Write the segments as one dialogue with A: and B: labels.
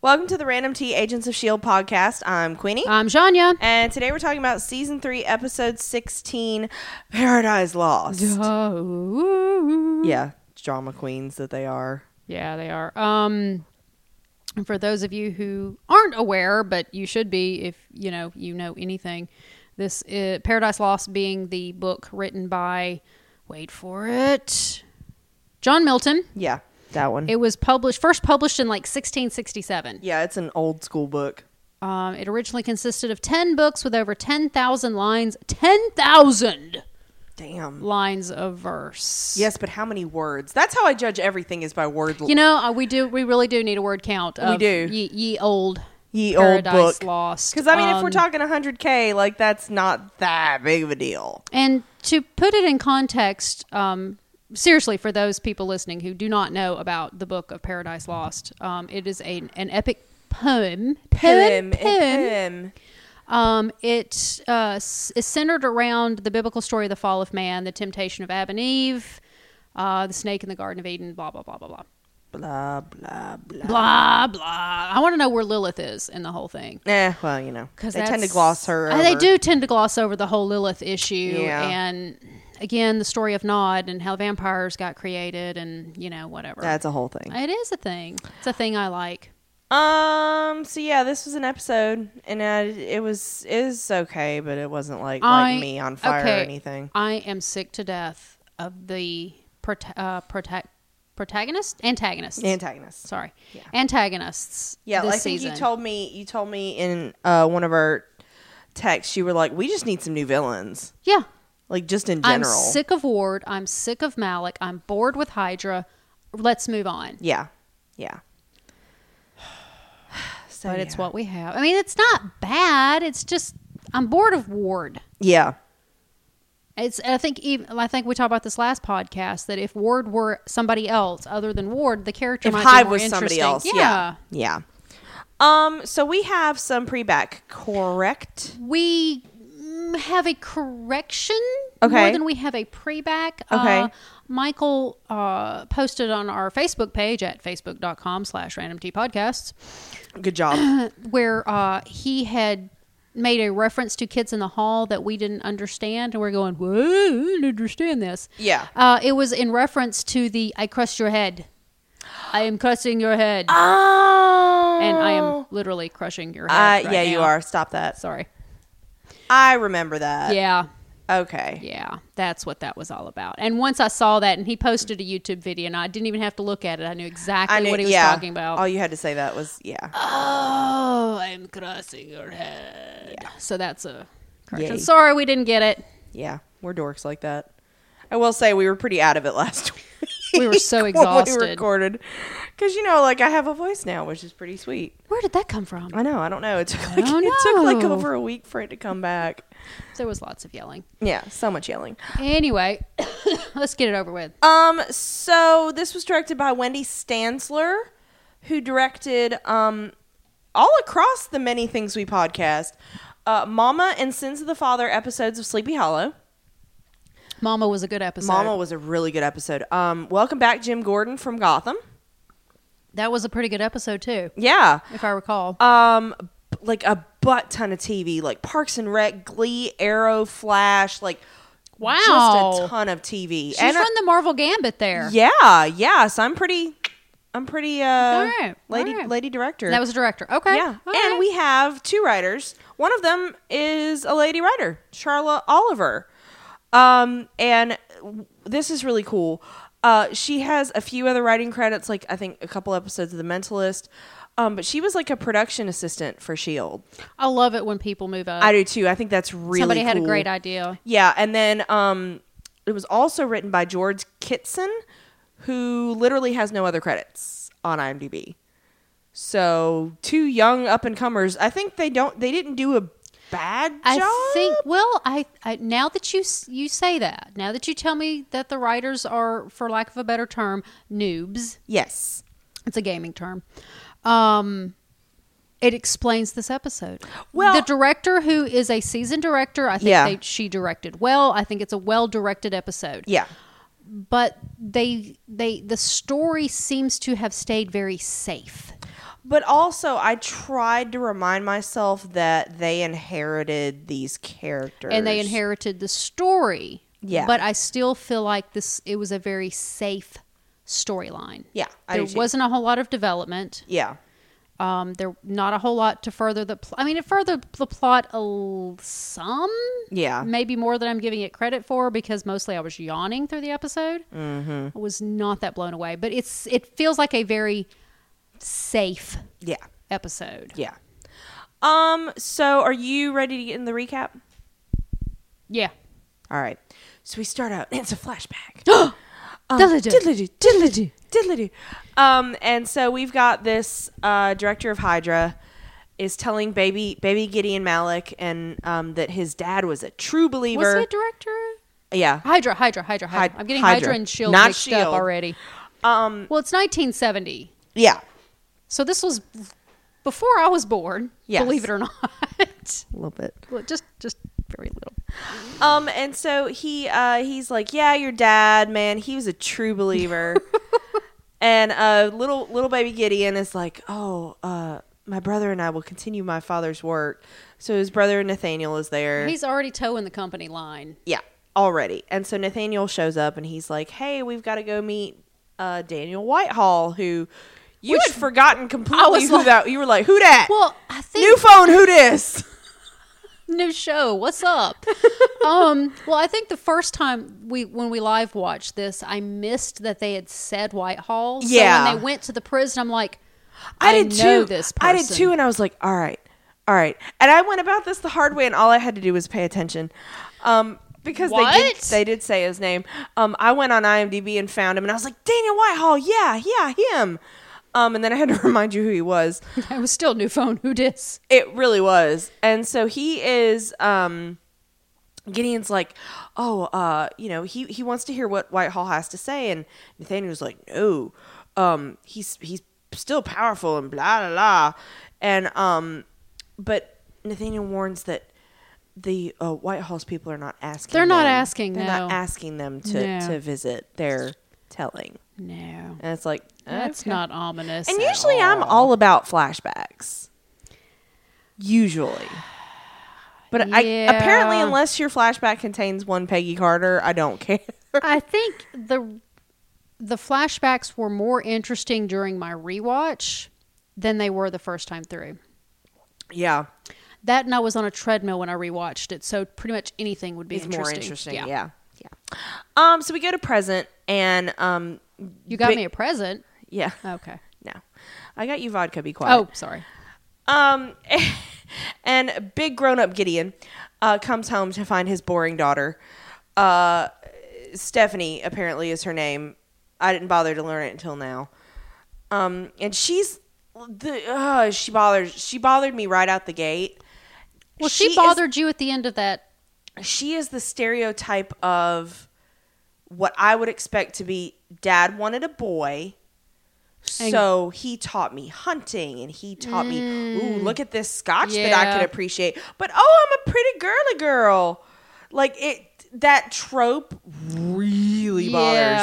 A: Welcome to the Random T Agents of S.H.I.E.L.D. E podcast. I'm Queenie.
B: I'm Shania.
A: and today we're talking about season three, episode 16, Paradise Lost. Yeah, drama queens that they are.
B: Yeah, they are. Um, for those of you who aren't aware, but you should be if you know you know anything, this is Paradise Lost being the book written by, wait for it, John Milton.
A: Yeah, that one.
B: It was published first published in like 1667.
A: yeah, it's an old school book.
B: Um, it originally consisted of ten books with over ten thousand lines. Ten thousand
A: Damn.
B: lines of verse.
A: Yes, but how many words? That's how I judge everything is by word.
B: You know, uh, we do. We really do need a word count. Of
A: do.
B: Ye, ye old.
A: Ye old
B: Paradise
A: book.
B: Lost.
A: Because I mean, if we're
B: Um,
A: talking 100k, like that's not that big of a deal.
B: and to put it in context, um, seriously, for those people listening who do not know about the book of Paradise Lost, um, it is a, an epic poem.
A: Him,
B: Poem.
A: eh,
B: Poem.
A: him.
B: Um, it uh, s- is centered around the biblical story of the fall of man, the temptation of Adam and Eve, uh, the snake in the Garden of Eden, blah blah blah blah blah
A: Blah blah blah.
B: blah blah. I want to know where Lilith is in the whole thing.
A: Eh, well, you know, they tend to
B: that's-
A: gloss her.
B: Uh, They
A: over.
B: do tend to gloss over the whole Lilith issue,
A: Yeah.
B: and again, the story of Nod and how vampires got created, and you know whatever.
A: That's a whole thing.
B: it is a thing. It's a thing I like.
A: Um. So yeah, this was an episode, and uh, it was is okay, but it wasn't like
B: I-
A: like me on fire
B: okay.
A: or anything.
B: I am sick to death of the prota- uh, prota- protagonist antagonists.
A: Antagonist.
B: Sorry,
A: Yeah.
B: antagonists.
A: Yeah,
B: this
A: I think
B: season.
A: you told me you told me in uh, one of our texts you were like, we just need some new villains,
B: Yeah,
A: like just in
B: I'm
A: general.
B: sick of Ward. I'm sick of Malik. I'm bored with Hydra. Let's move on.
A: Yeah, yeah. So,
B: but it's
A: yeah.
B: what we have. I mean, it's not bad. It's just I'm bored of Ward.
A: Yeah,
B: It's I think even I think we talked about this last podcast that if Ward were somebody else other than Ward, the character
A: if
B: might
A: Hive
B: be more
A: was somebody
B: interesting.
A: else, yeah.
B: yeah.
A: yeah, Um. So we have some pre back, correct?
B: we mm, have a correction
A: Okay.
B: more than we have a pre-back.
A: Okay.
B: Uh, Michael uh, posted on our Facebook page at facebook.com slash random tea podcasts
A: Good job.
B: where uh, he had made a reference to kids in the hall that we didn't understand and we're going whoa i didn't understand this
A: Yeah.
B: uh, it was in reference to the i crushed your head i am crushing your head
A: Oh.
B: and i am literally crushing your head
A: Uh,
B: right
A: yeah, you
B: now.
A: are. Uh, Stop that.
B: sorry
A: I remember that.
B: yeah
A: Okay.
B: yeah that's what that was all about and once i saw that and he posted a youtube video and i didn't even have to look at it i knew exactly
A: I knew
B: what he was
A: yeah. Oh,
B: talking about
A: All you had to say that was yeah.
B: oh i'm crushing your head so that's a correction.
A: Yay.
B: sorry we didn't get it
A: Yeah. We're dorks like that. I will say we were pretty out of it last week.
B: We were so
A: when
B: exhausted.
A: we recorded. Because, you know, like I have a voice now, which is pretty sweet.
B: Where did that come from?
A: I know. I don't know. It took like,
B: don't
A: it took like
B: know.
A: over a week for it to come back.
B: There was lots of yelling.
A: Yeah. So much yelling.
B: Anyway, let's get it over with.
A: Um, so this was directed by Wendy Stansler, who directed um all across the many things we podcast. Uh, Mama and Sins of the Father episodes of Sleepy Hollow.
B: Mama was a good episode.
A: Mama was a really good episode. Um, welcome back, Jim Gordon from Gotham.
B: That was a pretty good episode too,
A: Yeah.
B: if I recall.
A: Um, b- like a butt ton of TV, like Parks and Rec, Glee, Arrow, Flash, like just
B: Wow.
A: a ton of TV.
B: She's
A: and uh,
B: from the Marvel Gambit there.
A: yeah, yeah. So I'm pretty, I'm pretty, uh,
B: All right, all
A: lady,
B: right.
A: lady director.
B: That was a director. Okay.
A: Yeah.
B: all
A: and
B: right.
A: we have two writers. One of them is a lady writer, Charla Oliver. Um, and w- this is really cool. Uh, she has a few other writing credits, like I think a couple episodes of The Mentalist. Um, but she was like a production assistant for Shield.
B: I love it when people move up.
A: E I do too. I think that's really
B: Somebody had a
A: cool.
B: great idea.
A: Yeah, and then um, it was also written by George Kitson, who literally has no other credits on IMDb. So two young up and comers. I think they don't. They didn't do a bad job.
B: I think. Well, I, I now that you s- you say that, now that you tell me that the writers are, for lack of a better term, noobs.
A: yes.
B: It's a gaming term. Um, it explains this episode.
A: Well-
B: the director, who is a seasoned director, I think
A: Yeah.
B: they, she directed well. I think it's a well-directed episode.
A: Yeah.
B: But they they the story seems to have stayed very safe.
A: But also, I tried to remind myself that they inherited these characters.
B: and they inherited the story.
A: Yeah.
B: But I still feel like this it was a very safe storyline.
A: Yeah, I
B: There
A: do too.
B: wasn't a whole lot of development.
A: Yeah.
B: Um, there not a whole lot to further the. Pl- I mean, it furthered the plot a l- some,
A: Yeah.
B: maybe more than I'm giving it credit for, because mostly I was yawning through the episode. Mm-hmm. I was not that blown away, but it's it feels like a very safe
A: Yeah.
B: episode.
A: Yeah. Um, so are you ready to get in the recap?
B: Yeah,
A: All right. So we start out, and it's a flashback.
B: Um, Diddly-do.
A: diddly-do, diddly-do, diddly-do. Um, and so we've got this uh, director of Hydra is telling baby baby Gideon Malik and um, that his dad was a true
B: was
A: believer.
B: he a director?
A: yeah,
B: Hydra, Hydra, Hydra, Hydra.
A: Hyd-
B: I'm getting
A: Hydra.
B: Hydra, and Shield
A: Not
B: mixed
A: Shield.
B: up already.
A: um,
B: Well, it's 1970,
A: yeah.
B: so this was before I was born.
A: Yes.
B: Believe it or not,
A: A little bit.
B: Well, just just very little.
A: Um, and so he uh, he's like, yeah, your dad, man, he was a true believer. and uh, little little baby Gideon is like, oh, uh, my brother and I will continue my father's work. So his brother Nathaniel is there.
B: He's already toeing the company line.
A: yeah, already. And so Nathaniel shows up and he's like, hey, we've got to go meet uh, Daniel Whitehall, who you had forgotten completely
B: was
A: who
B: like-
A: that. You were like, who that?
B: Well, I think
A: New phone, who this?
B: new show. What's up? um, well, I think the first time we when we live watched this, I missed that they had said Whitehall.
A: Yeah.
B: So when they went to the prison, I'm like,
A: I did
B: know
A: too.
B: This person.
A: I did too, and I was like, all right, all right. And I went about this the hard way, and all I had to do was pay attention, um, because they did
B: What?
A: they did say his name. Um, I went on IMDb and found him, and I was like, Daniel Whitehall, yeah, yeah, him. Um, and then I had to remind you who he was.
B: I was still new phone. Who dis?
A: It really was, and so he is. Um, Gideon's like, oh, uh, you know, he he wants to hear what Whitehall has to say, and Nathaniel's like, no, um, he's he's still powerful and blah blah blah, and um, but Nathaniel warns that the uh, Whitehall's people are not asking.
B: They're not
A: them-
B: asking,
A: They're not
B: no.
A: asking them to
B: No.
A: to visit. They're telling,
B: No,
A: and it's like
B: that's
A: okay.
B: not ominous.
A: And
B: at
A: usually, I'm all about flashbacks. Usually. But I
B: Yeah.
A: apparently, unless your flashback contains one Peggy Carter, I don't care.
B: I think the the flashbacks were more interesting during my rewatch than they were the first time through.
A: yeah,
B: That and I was on a treadmill when I rewatched it, so pretty much anything would be
A: it's
B: interesting.
A: more interesting. Yeah. yeah, Um, so we go to present, and um,
B: You got
A: Big-
B: me a present.
A: yeah,
B: Okay.
A: no, I got you vodka. Be quiet.
B: Oh, sorry.
A: Um, and big grown up Gideon uh, comes home to find his boring daughter. Uh, Stephanie, apparently, is her name. I didn't bother to learn it until now. Um, and she's the uh, she bothers she bothered me right out the gate.
B: Well, she,
A: is-
B: bothered you at the end of that.
A: she is the stereotype of what I would expect to be dad wanted a boy.
B: And-
A: So he taught me hunting and he taught me, ooh, look at this scotch that I
B: Mm. Yeah.
A: can appreciate. But oh, I'm a pretty girly girl. Like it that trope really
B: Yeah.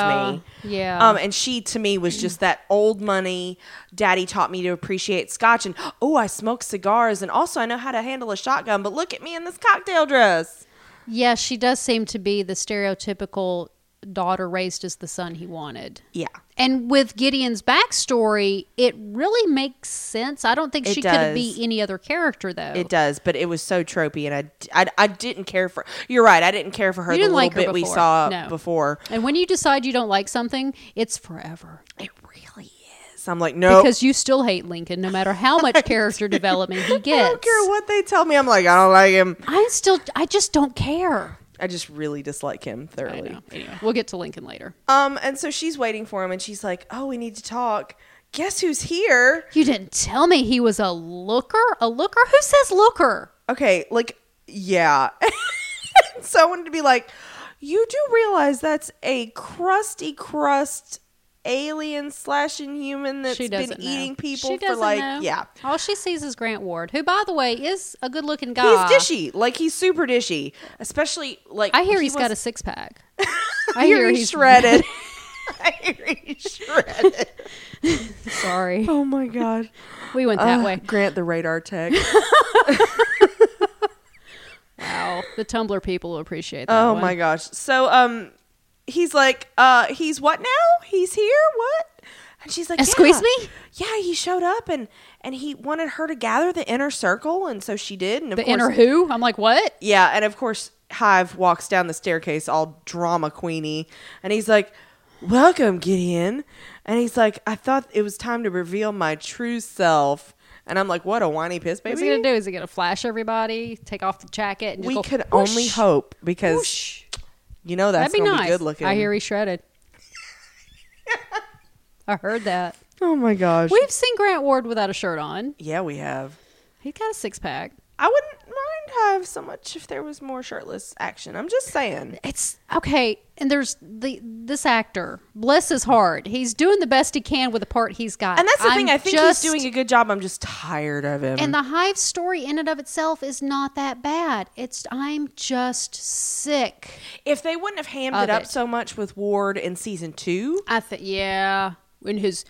A: bothers me.
B: Yeah.
A: Um, and she to me was just that old money. Daddy taught me to appreciate scotch, and oh, I smoke cigars, and also I know how to handle a shotgun. But look at me in this cocktail dress.
B: yeah, she does seem to be the stereotypical daughter raised as the son he wanted.
A: Yeah,
B: And with Gideon's backstory, it really makes sense. I don't think
A: It
B: she
A: does.
B: could be any other character though.
A: it does, but it was so tropey, and I, I, I didn't care for. You're right, I didn't care for her.
B: You
A: the
B: didn't
A: little
B: like her
A: bit we
B: before.
A: saw
B: No.
A: before,
B: and when you decide you don't like something, it's forever.
A: it really is. I'm like, no,
B: Because you still hate Lincoln no matter how much character development he
A: I
B: gets.
A: don't care what they tell me. I'm like, I don't like him.
B: I still I just don't care.
A: I just really dislike him
B: I
A: thoroughly.
B: know. Anyway, we'll get to Lincoln later.
A: Um, and so she's waiting for him, and she's like, oh, we need to talk. Guess who's here?
B: You didn't tell me he was a looker? A looker? Who says looker?
A: okay, like, yeah. Someone to be like, you do realize that's a crusty crust alien slash inhuman that's
B: she
A: been
B: doesn't know.
A: eating people
B: She
A: for
B: doesn't
A: like,
B: know.
A: yeah.
B: All she sees is Grant Ward, who, by the way, is a good-looking
A: He's
B: guy.
A: dishy. Like, he's super dishy. Especially, like,
B: Ah. I hear
A: he
B: he's
A: was-
B: got a six-pack.
A: I hear he's shredded. Diary shredded.
B: Sorry.
A: Oh my god.
B: We went that
A: Uh,
B: way.
A: Grant the radar tech.
B: Wow. The Tumblr people will appreciate that.
A: oh
B: one.
A: my gosh. So um he's like, uh he's what now? He's here? What? And she's like,
B: Excuse
A: "Yeah."
B: me?
A: Yeah, he showed up and and he wanted her to gather the inner circle and so she did and of
B: The
A: course
B: inner who? I'm like, what?
A: Yeah, and of course Hive walks down the staircase all drama queeny, and he's like, "Welcome, Gideon," and he's like, "I thought it was time to reveal my true self," and I'm like, "What a whiny piss
B: What's he gonna
A: baby."
B: do? Is he gonna flash everybody? Take off the jacket? And just
A: We
B: go,
A: could
B: whoosh,
A: only hope because
B: whoosh.
A: you know that's
B: That'd be
A: gonna
B: nice.
A: be good looking.
B: I hear he shredded. I heard that.
A: Oh my gosh.
B: We've seen Grant Ward without a shirt on.
A: yeah, we have.
B: He's got a six pack.
A: I wouldn't mind Hive so much if there was more shirtless action. I'm just saying.
B: It's okay. And there's the this actor. Bless his heart. He's doing the best he can with the part he's got.
A: And that's the
B: I'm
A: thing. I think
B: just-
A: he's doing a good job. I'm just tired of him.
B: And the hive story in and of itself is not that bad. It's I'm just sick.
A: if they wouldn't have hammed
B: Of
A: it up
B: it.
A: so much with Ward in season two,
B: I think yeah. In his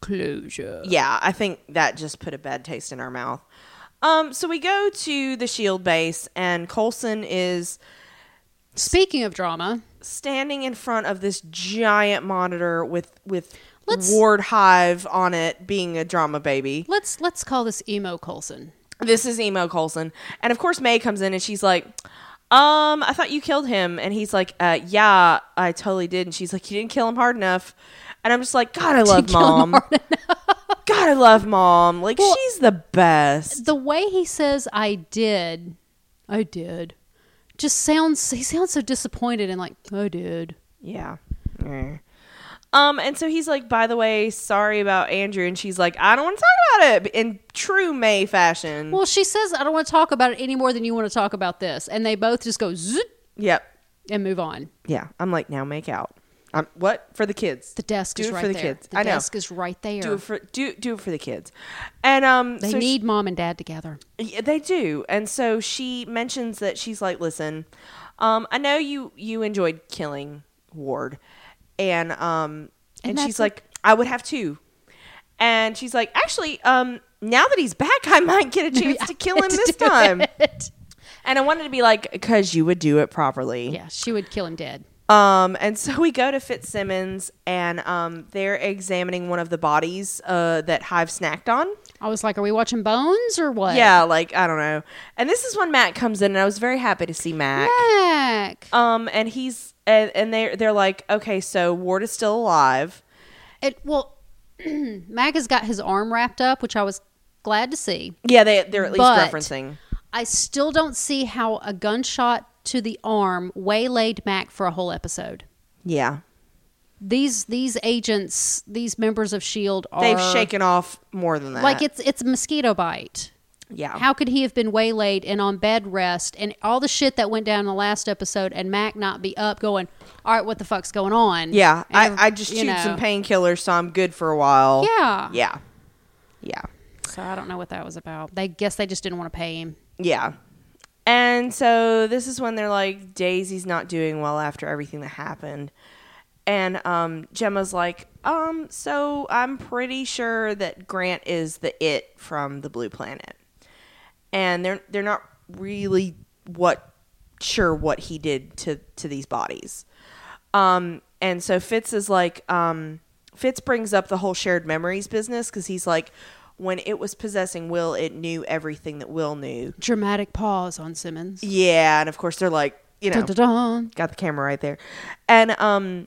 B: closure.
A: yeah, I think that just put a bad taste in our mouth. Um, so we go to the shield E base, and Colson is
B: Speaking of drama,
A: standing in front of this giant monitor with with
B: Let's-
A: Ward Hive on it, being a drama baby.
B: let's let's call this emo Colson.
A: This is emo Colson, and of course May comes in and she's like. Um, I thought you killed him, and he's like, uh, "Yeah, I totally did." And she's like, "You didn't kill him hard enough," and I'm just like, "God, I love
B: kill him
A: mom. God, I love mom. Like
B: Well-
A: she's the best."
B: The way he says I did, I did, just sounds he sounds so disappointed and like I did.
A: Yeah. Um, and so he's like, by the way, sorry about Andrew, and she's like, I don't want to talk about it in true May fashion.
B: Well, she says I don't want to talk about it any more than you want to talk about this, and they both just go zoot
A: yep.
B: and move on.
A: Yeah. I'm like, now make out. Um, what for the kids?
B: The desk
A: do
B: is
A: it
B: right
A: for the
B: there.
A: kids.
B: The
A: I know.
B: desk is right there.
A: do it for do do it for the kids, and um,
B: they
A: so she-
B: need mom and dad together.
A: Yeah, they do. And so she mentions that she's like, "Listen, um, I know you you enjoyed killing Ward, and um, and,
B: And that's
A: she's like, I would have too. And she's like, actually, um, now that he's back, I might get a chance to kill him
B: To
A: this
B: do
A: time.
B: it.
A: And I wanted to be like, because you would do it properly.
B: Yeah, she would kill him dead.
A: Um, and so we go to Fitzsimmons, and um, they're examining one of the bodies uh, that Hive snacked on.
B: I was like, are we watching Bones or what?
A: Yeah, like I don't know. And this is when Matt comes in, and I was very happy to see Mac.
B: Heck.
A: Um, and he's and, and they they're like, okay, so Ward is still alive.
B: It well, Mag has got his arm wrapped up, which I was glad to see.
A: Yeah, they they're at least
B: But-
A: referencing.
B: I still don't see how a gunshot to the arm waylaid Mac for a whole episode.
A: Yeah,
B: These these agents, these members of Shield E are
A: they've shaken off more than that.
B: like it's it's a mosquito bite.
A: yeah,
B: How could he have been waylaid and on bed rest and all the shit that went down in the last episode and Mac not be up going, all right, what the fuck's going on?
A: yeah.
B: And
A: I
B: every-
A: I just
B: you
A: chewed some
B: know.
A: painkillers, so I'm good for a while.
B: Yeah.
A: yeah, yeah,
B: So I don't know what that was about. They guess they just didn't want to pay him.
A: yeah. And so this is when they're like, Daisy's not doing well after everything that happened, and um, Gemma's like, um, so I'm pretty sure that Grant is the it from the Blue Planet. and they're they're not really what sure what he did to to these bodies. Um, and so Fitz is like, um, Fitz brings up the whole shared memories business because he's like, when it was possessing Will, it knew everything that Will knew.
B: Dramatic pause on Simmons.
A: Yeah, and of course they're like, you know,
B: Dun, dun, dun.
A: got the camera right there, and um,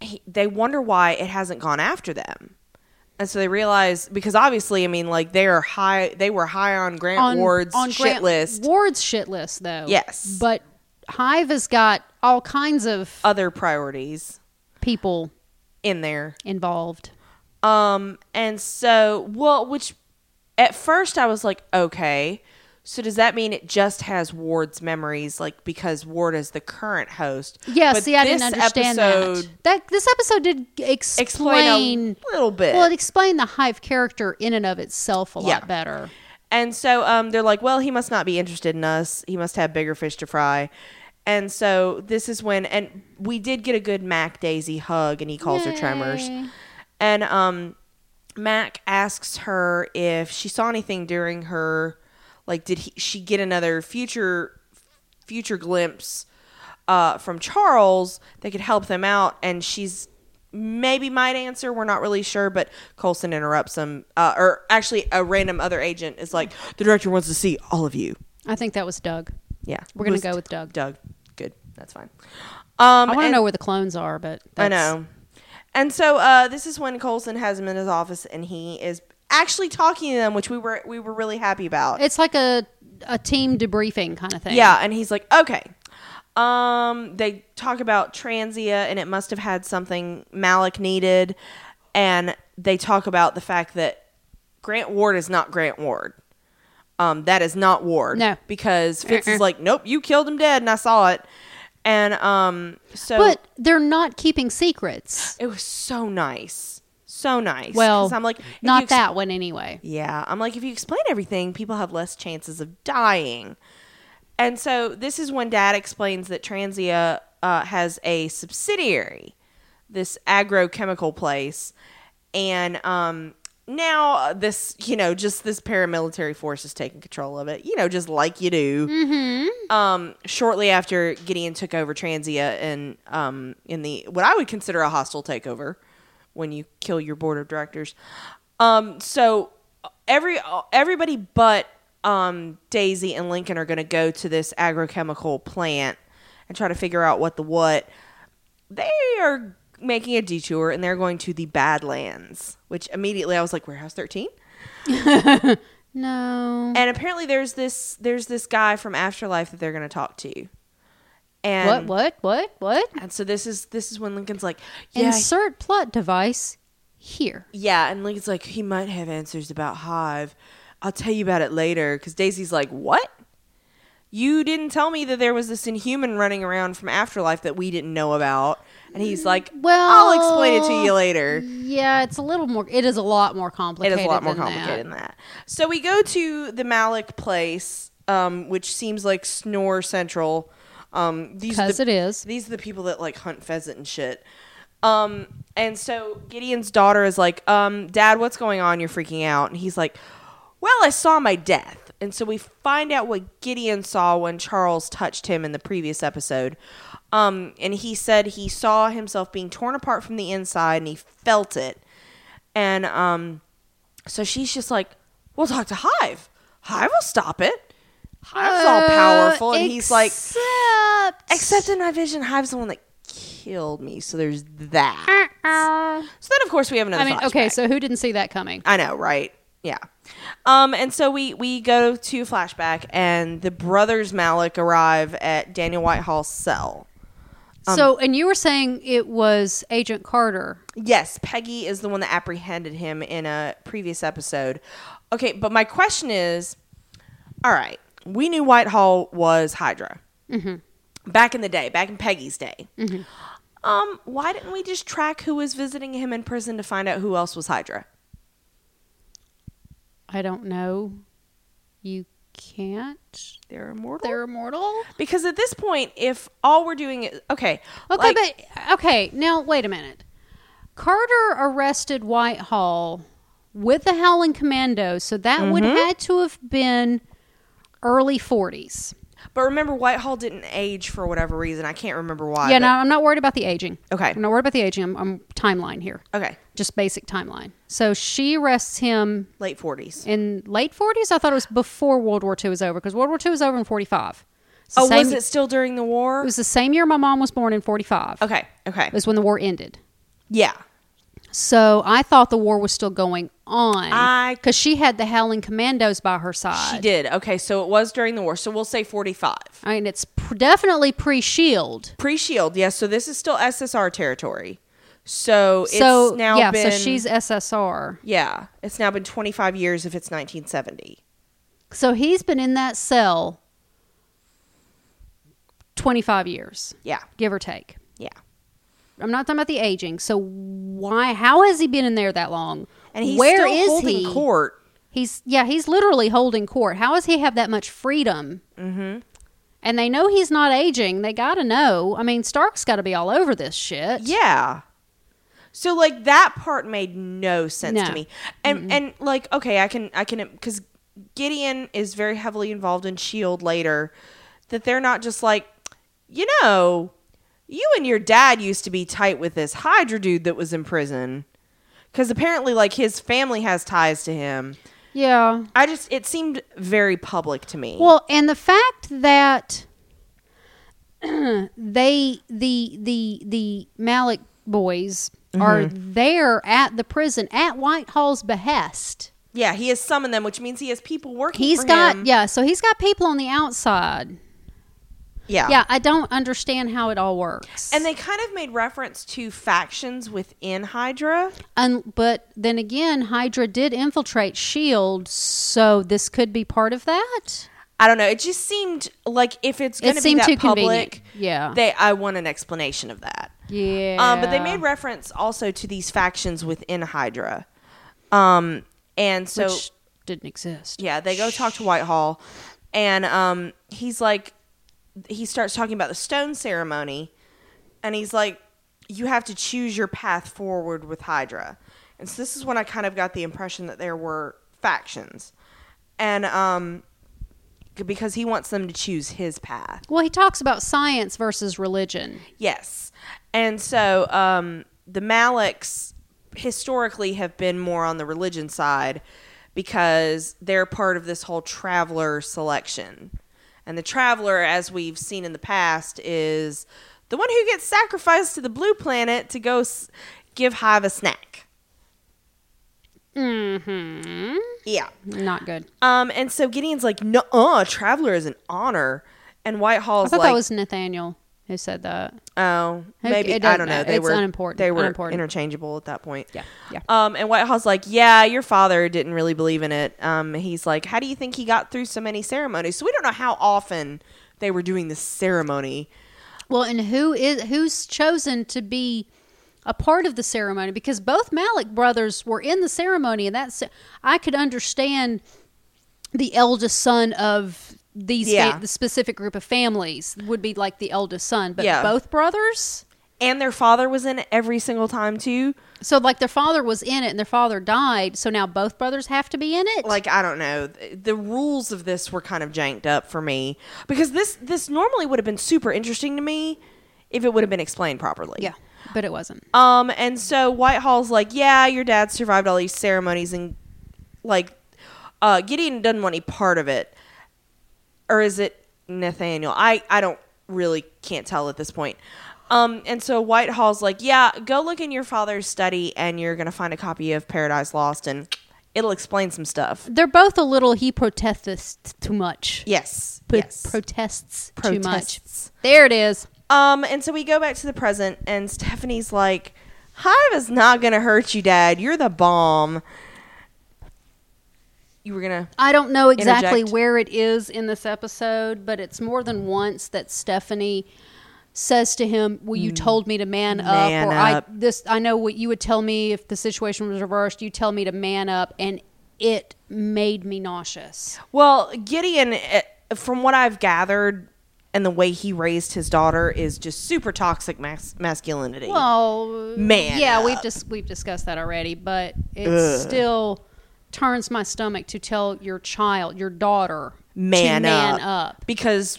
A: he, they wonder why it hasn't gone after them. And so they realize because obviously, I mean, like they are high, they were high on Grant Ward's shit
B: Grant
A: list.
B: Ward's shit list, though.
A: Yes.
B: But Hive has got all kinds of
A: other priorities
B: people
A: in there.
B: involved.
A: Um, and so, well, which at first I was like, okay, so does that mean it just has Ward's memories, like because Ward is the current host?
B: Yeah,
A: But
B: see, I didn't
A: this
B: understand
A: episode
B: that. That this episode did explain,
A: Explain a little bit.
B: Well, it explained the Hive character in and of itself a lot
A: Yeah.
B: better.
A: And so um, they're like, well, he must not be interested in us. He must have bigger fish to fry. And so this is when, and we did get a good Mac Daisy hug, and he calls her Tremors.
B: Yay.
A: And um, Mac asks her if she saw anything during her, like, did he, she get another future future glimpse uh, from Charles that could help them out? And she's maybe might answer. We're not really sure, but Colson interrupts him, uh, or actually, a random other agent is like, the director wants to see all of you.
B: I think that was Doug.
A: Yeah,
B: We're gonna
A: List-
B: go with Doug.
A: Doug, good, that's fine. Um,
B: I want to
A: and-
B: know where the clones are, but that's,
A: I know. And so uh, this is when Colson has him in his office, and he is actually talking to them, which we were we were really happy about.
B: It's like a a team debriefing kind of thing.
A: yeah, and he's like, okay. Um, they talk about Transia, and it must have had something Malik needed, and they talk about the fact that Grant Ward is not Grant Ward. Um, that is not Ward.
B: No.
A: because Fitz
B: Uh-uh.
A: is like, nope, you killed him dead, and I saw it. And um, so
B: But they're not keeping secrets.
A: It was so nice. So nice.
B: Well,
A: 'Cause I'm like if
B: not
A: you ex-
B: that one anyway.
A: Yeah, I'm like if you explain everything, people have less chances of dying. And so this is when Dad explains that Transia uh, has a subsidiary, this agrochemical place, and um, now uh, this you know just this paramilitary force is taking control of it. You know, just like you do. Um, shortly after Gideon took over Transia and um, in the what I would consider a hostile takeover, when you kill your board of directors. Um, so every everybody but um, Daisy and Lincoln are going to go to this agrochemical plant and try to figure out what the what. They are making a detour and they're going to the Badlands, which immediately I was like, Warehouse thirteen.
B: No.
A: And apparently there's this there's this guy from Afterlife that they're going to talk to. And
B: What? What? What? What?
A: And so this is this is when Lincoln's like, yeah,
B: Insert plot device here.
A: yeah, and Lincoln's like, he might have answers about Hive. I'll tell you about it later. Because Daisy's like, what? You didn't tell me that there was this inhuman running around from Afterlife that we didn't know about. And he's like, well, I'll explain it to you
B: Well,
A: later.
B: Yeah, it's a little more. It is a lot more
A: It
B: complicated.
A: is a lot more
B: than that.
A: complicated than that. So we go to the Malik place, um, which seems like Snore Central. Um, these are
B: because
A: the-
B: it is.
A: These are the people that like hunt pheasant and shit. Um, and so Gideon's daughter is like, um, Dad, what's going on? You're freaking out. And he's like, Well, I saw my death. And so we find out what Gideon saw when Charles touched him in the previous episode. Um, and he said he saw himself being torn apart from the inside and he felt it. And um, so she's just like, We'll talk to Hive. Hive will stop it. Hive's all
B: Uh,
A: powerful. And he's like,
B: except,
A: Except in my vision, Hive's the one that killed me. So there's that.
B: Uh,
A: So then, of course, we have another.
B: I mean, okay,
A: flashback.
B: so who didn't see that coming?
A: I know, right? Yeah. Um, and so we we go to flashback, and the brothers Malik arrive at Daniel Whitehall's cell. Um,
B: so, and you were saying it was Agent Carter.
A: Yes, Peggy is the one that apprehended him in a previous episode. Okay, but my question is, all right, we knew Whitehall was Hydra
B: Mm-hmm.
A: back in the day, back in Peggy's day. Um, why didn't we just track who was visiting him in prison to find out who else was Hydra?
B: I don't know. You can't.
A: They're immortal.
B: They're immortal.
A: because at this point, if all we're doing is okay,
B: Okay,
A: like-
B: but okay. Now wait a minute. Carter arrested Whitehall with the Howling Commandos, so that would
A: Mm-hmm.
B: had to have been early forties.
A: but remember, Whitehall didn't age for whatever reason. I can't remember why.
B: Yeah,
A: but-
B: no, I'm not worried about the aging.
A: Okay.
B: I'm not worried about the aging. I'm, I'm timeline here,
A: Okay,
B: just basic timeline. So she arrests him
A: late forties.
B: in late forties. I thought it was before World War II was over because World War II was over in forty five.
A: Oh, was it still during the war?
B: It was the same year my mom was born in forty five.
A: okay, okay,
B: It was when the war ended.
A: yeah.
B: So I thought the war was still going on.
A: I-
B: because she had the Howling Commandos by her side.
A: She did. Okay, so it was during the war. So we'll say 45.
B: I mean, it's pr- definitely pre-Shield.
A: Pre Shield, yes. So this is still SSR territory. So it's
B: so
A: now
B: yeah,
A: been.
B: so she's SSR.
A: Yeah, it's now been 25 years if it's 1970.
B: So he's been in that cell twenty-five years,
A: Yeah,
B: give or take.
A: yeah.
B: I'm not talking about the aging. So why? How has he been in there that long?
A: And he's
B: Where
A: still
B: is
A: holding
B: he?
A: court. Mm-hmm.
B: He's yeah, he's literally holding court. How does he have that much freedom? and they know he's not aging. They got to know. I mean, Stark's got to be all over this shit.
A: Yeah. So like that part made no sense
B: No.
A: to me. And and like okay, I can I can cuz Gideon is very heavily involved in Shield E later that they're not just like, you know, you and your dad used to be tight with this Hydra dude that was in prison. Cuz apparently like his family has ties to him.
B: Yeah.
A: I just it seemed very public to me.
B: Well, and the fact that they the the the Malik boys are
A: Mm-hmm.
B: there at the prison at Whitehall's behest.
A: yeah, he has summoned them, which means he has people working
B: He's
A: for
B: got
A: him.
B: yeah, so he's got people on the outside.
A: Yeah.
B: Yeah, I don't understand how it all works.
A: And they kind of made reference to factions within Hydra.
B: And but then again, Hydra did infiltrate Shield, E so this could be part of that.
A: I don't know. It just seemed like if it's going to be
B: seemed
A: that
B: too convenient.
A: public,
B: Yeah.
A: they I want an explanation of that.
B: Yeah.
A: Um, but they made reference also to these factions within Hydra, um, and so
B: which didn't exist.
A: yeah, they go talk to Whitehall, and um, he's like, he starts talking about the stone ceremony, and he's like, you have to choose your path forward with Hydra. And so this is when I kind of got the impression that there were factions, and um, c- because he wants them to choose his path.
B: Well, he talks about science versus religion.
A: Yes. And so um, the Maliks historically have been more on the religion side because they're part of this whole traveler selection. And the traveler, as we've seen in the past, is the one who gets sacrificed to the blue planet to go s- give Hive a snack.
B: Mm-hmm.
A: Yeah.
B: Not good.
A: Um, and so Gideon's like, no, uh, traveler is an honor. And
B: I
A: Whitehall's
B: thought
A: like,
B: that was Nathaniel who said that.
A: Oh,
B: Who-
A: maybe
B: it
A: I
B: doesn't
A: don't know.
B: matter.
A: They
B: It's
A: were
B: unimportant,
A: They were
B: unimportant.
A: interchangeable at that point.
B: Yeah, yeah.
A: Um, and Whitehall's like, yeah, your father didn't really believe in it. Um, he's like, how do you think he got through so many ceremonies? So we don't know how often they were doing this ceremony.
B: Well, and who is who's chosen to be a part of the ceremony? Because both Malik brothers were in the ceremony, and that's I could understand the eldest son of these
A: Yeah.
B: fa- the specific group of families would be like the eldest son, but
A: Yeah.
B: both brothers.
A: And their father was in it every single time too.
B: So like their father was in it, and their father died. So now both brothers have to be in it.
A: Like I don't know, the, the rules of this were kind of janked up for me because this this normally would have been super interesting to me if it would have been explained properly.
B: yeah, but it wasn't.
A: Um, and so Whitehall's like, yeah, your dad survived all these ceremonies, and like, uh, Gideon doesn't want any part of it, or is it Nathaniel? I I don't really can't tell at this point. Um, and so Whitehall's like, yeah, go look in your father's study, and you're gonna find a copy of Paradise Lost, and it'll explain some stuff.
B: They're both a little. He protests too much.
A: Yes,
B: Pro-
A: yes.
B: protests too much.
A: Protests.
B: There it is.
A: Um, and so we go back to the present, and Stephanie's like, Hive is not gonna hurt you, Dad. You're the bomb. You were gonna
B: I don't know exactly
A: Interject.
B: where it is in this episode, but it's more than once that Stephanie says to him, "Well, you told me to man,
A: Mm. Man
B: up, or
A: up.
B: I this I know what you would tell me if the situation was reversed. You tell me to man up, and it made me nauseous.
A: Well, Gideon, eh, from what I've gathered, and the way he raised his daughter is just super toxic mas- masculinity.
B: Well,
A: Man
B: yeah,
A: up.
B: we've just we've discussed that already, but it still turns my stomach to tell your child, your daughter,
A: man,
B: to man
A: up,
B: up.
A: because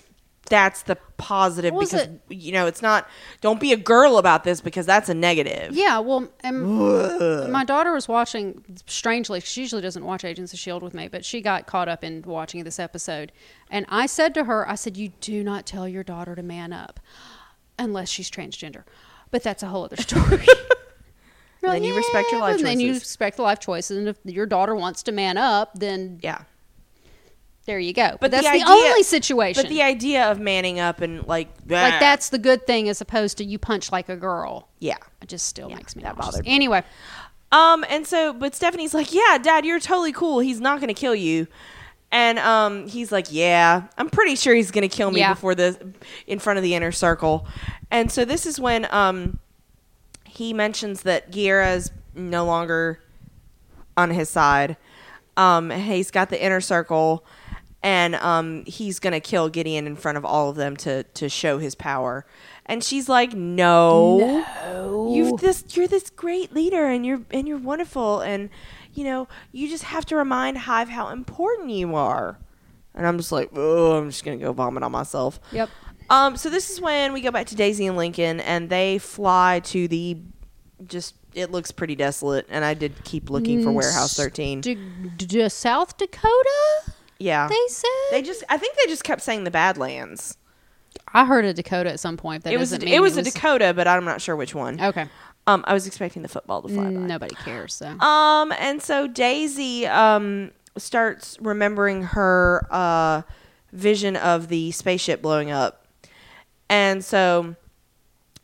A: that's the positive.
B: What was
A: because you know, it's not. Don't be a girl about this because that's a negative.
B: Yeah, well, and my daughter was watching. Strangely, she usually doesn't watch Agents of Shield E with me, but she got caught up in watching this episode. And I said to her, "I said you do not tell your daughter to man up, unless she's transgender, but that's a whole other story." Well,
A: then you respect your
B: yeah,
A: life
B: And then you
A: choices.
B: respect the life choices. And if your daughter wants to man up, then
A: Yeah.
B: there you go. But
A: But
B: that's the,
A: the idea-
B: only situation.
A: But the idea of manning up and like
B: like that's the good thing, as opposed to you punch like a girl.
A: Yeah.
B: It just still makes me
A: that
B: nauseous.
A: bothered me.
B: Anyway.
A: Um, and so, but Stephanie's like, yeah, dad, you're totally cool. He's not going to kill you. And, um, he's like, yeah, I'm pretty sure he's going to kill me
B: Yeah.
A: before the, in front of the inner circle. And so this is when, um, he mentions that Guerra's no longer on his side. Um, he's got the inner circle and um, he's gonna kill Gideon in front of all of them to to show his power. And she's like, "No, no. you've this you're this great leader, and you're and you're wonderful, and you know you just have to remind Hive how important you are." And I'm just like, "Oh, I'm just gonna go vomit on myself."
B: Yep.
A: Um, so this is when we go back to Daisy and Lincoln, and they fly to the just. It looks pretty desolate, and I did keep looking for Warehouse 13.
B: D- d- South Dakota?
A: Yeah,
B: They said?
A: Uh, They just, I think they just kept saying the Badlands.
B: I heard a Dakota at some point. That
A: It was,
B: doesn't
A: a,
B: mean
A: it was a Dakota, but I'm not sure which one.
B: Okay.
A: Um, I was expecting the football to fly by.
B: Nobody cares. So
A: Um, and so Daisy um starts remembering her uh vision of the spaceship blowing up, and so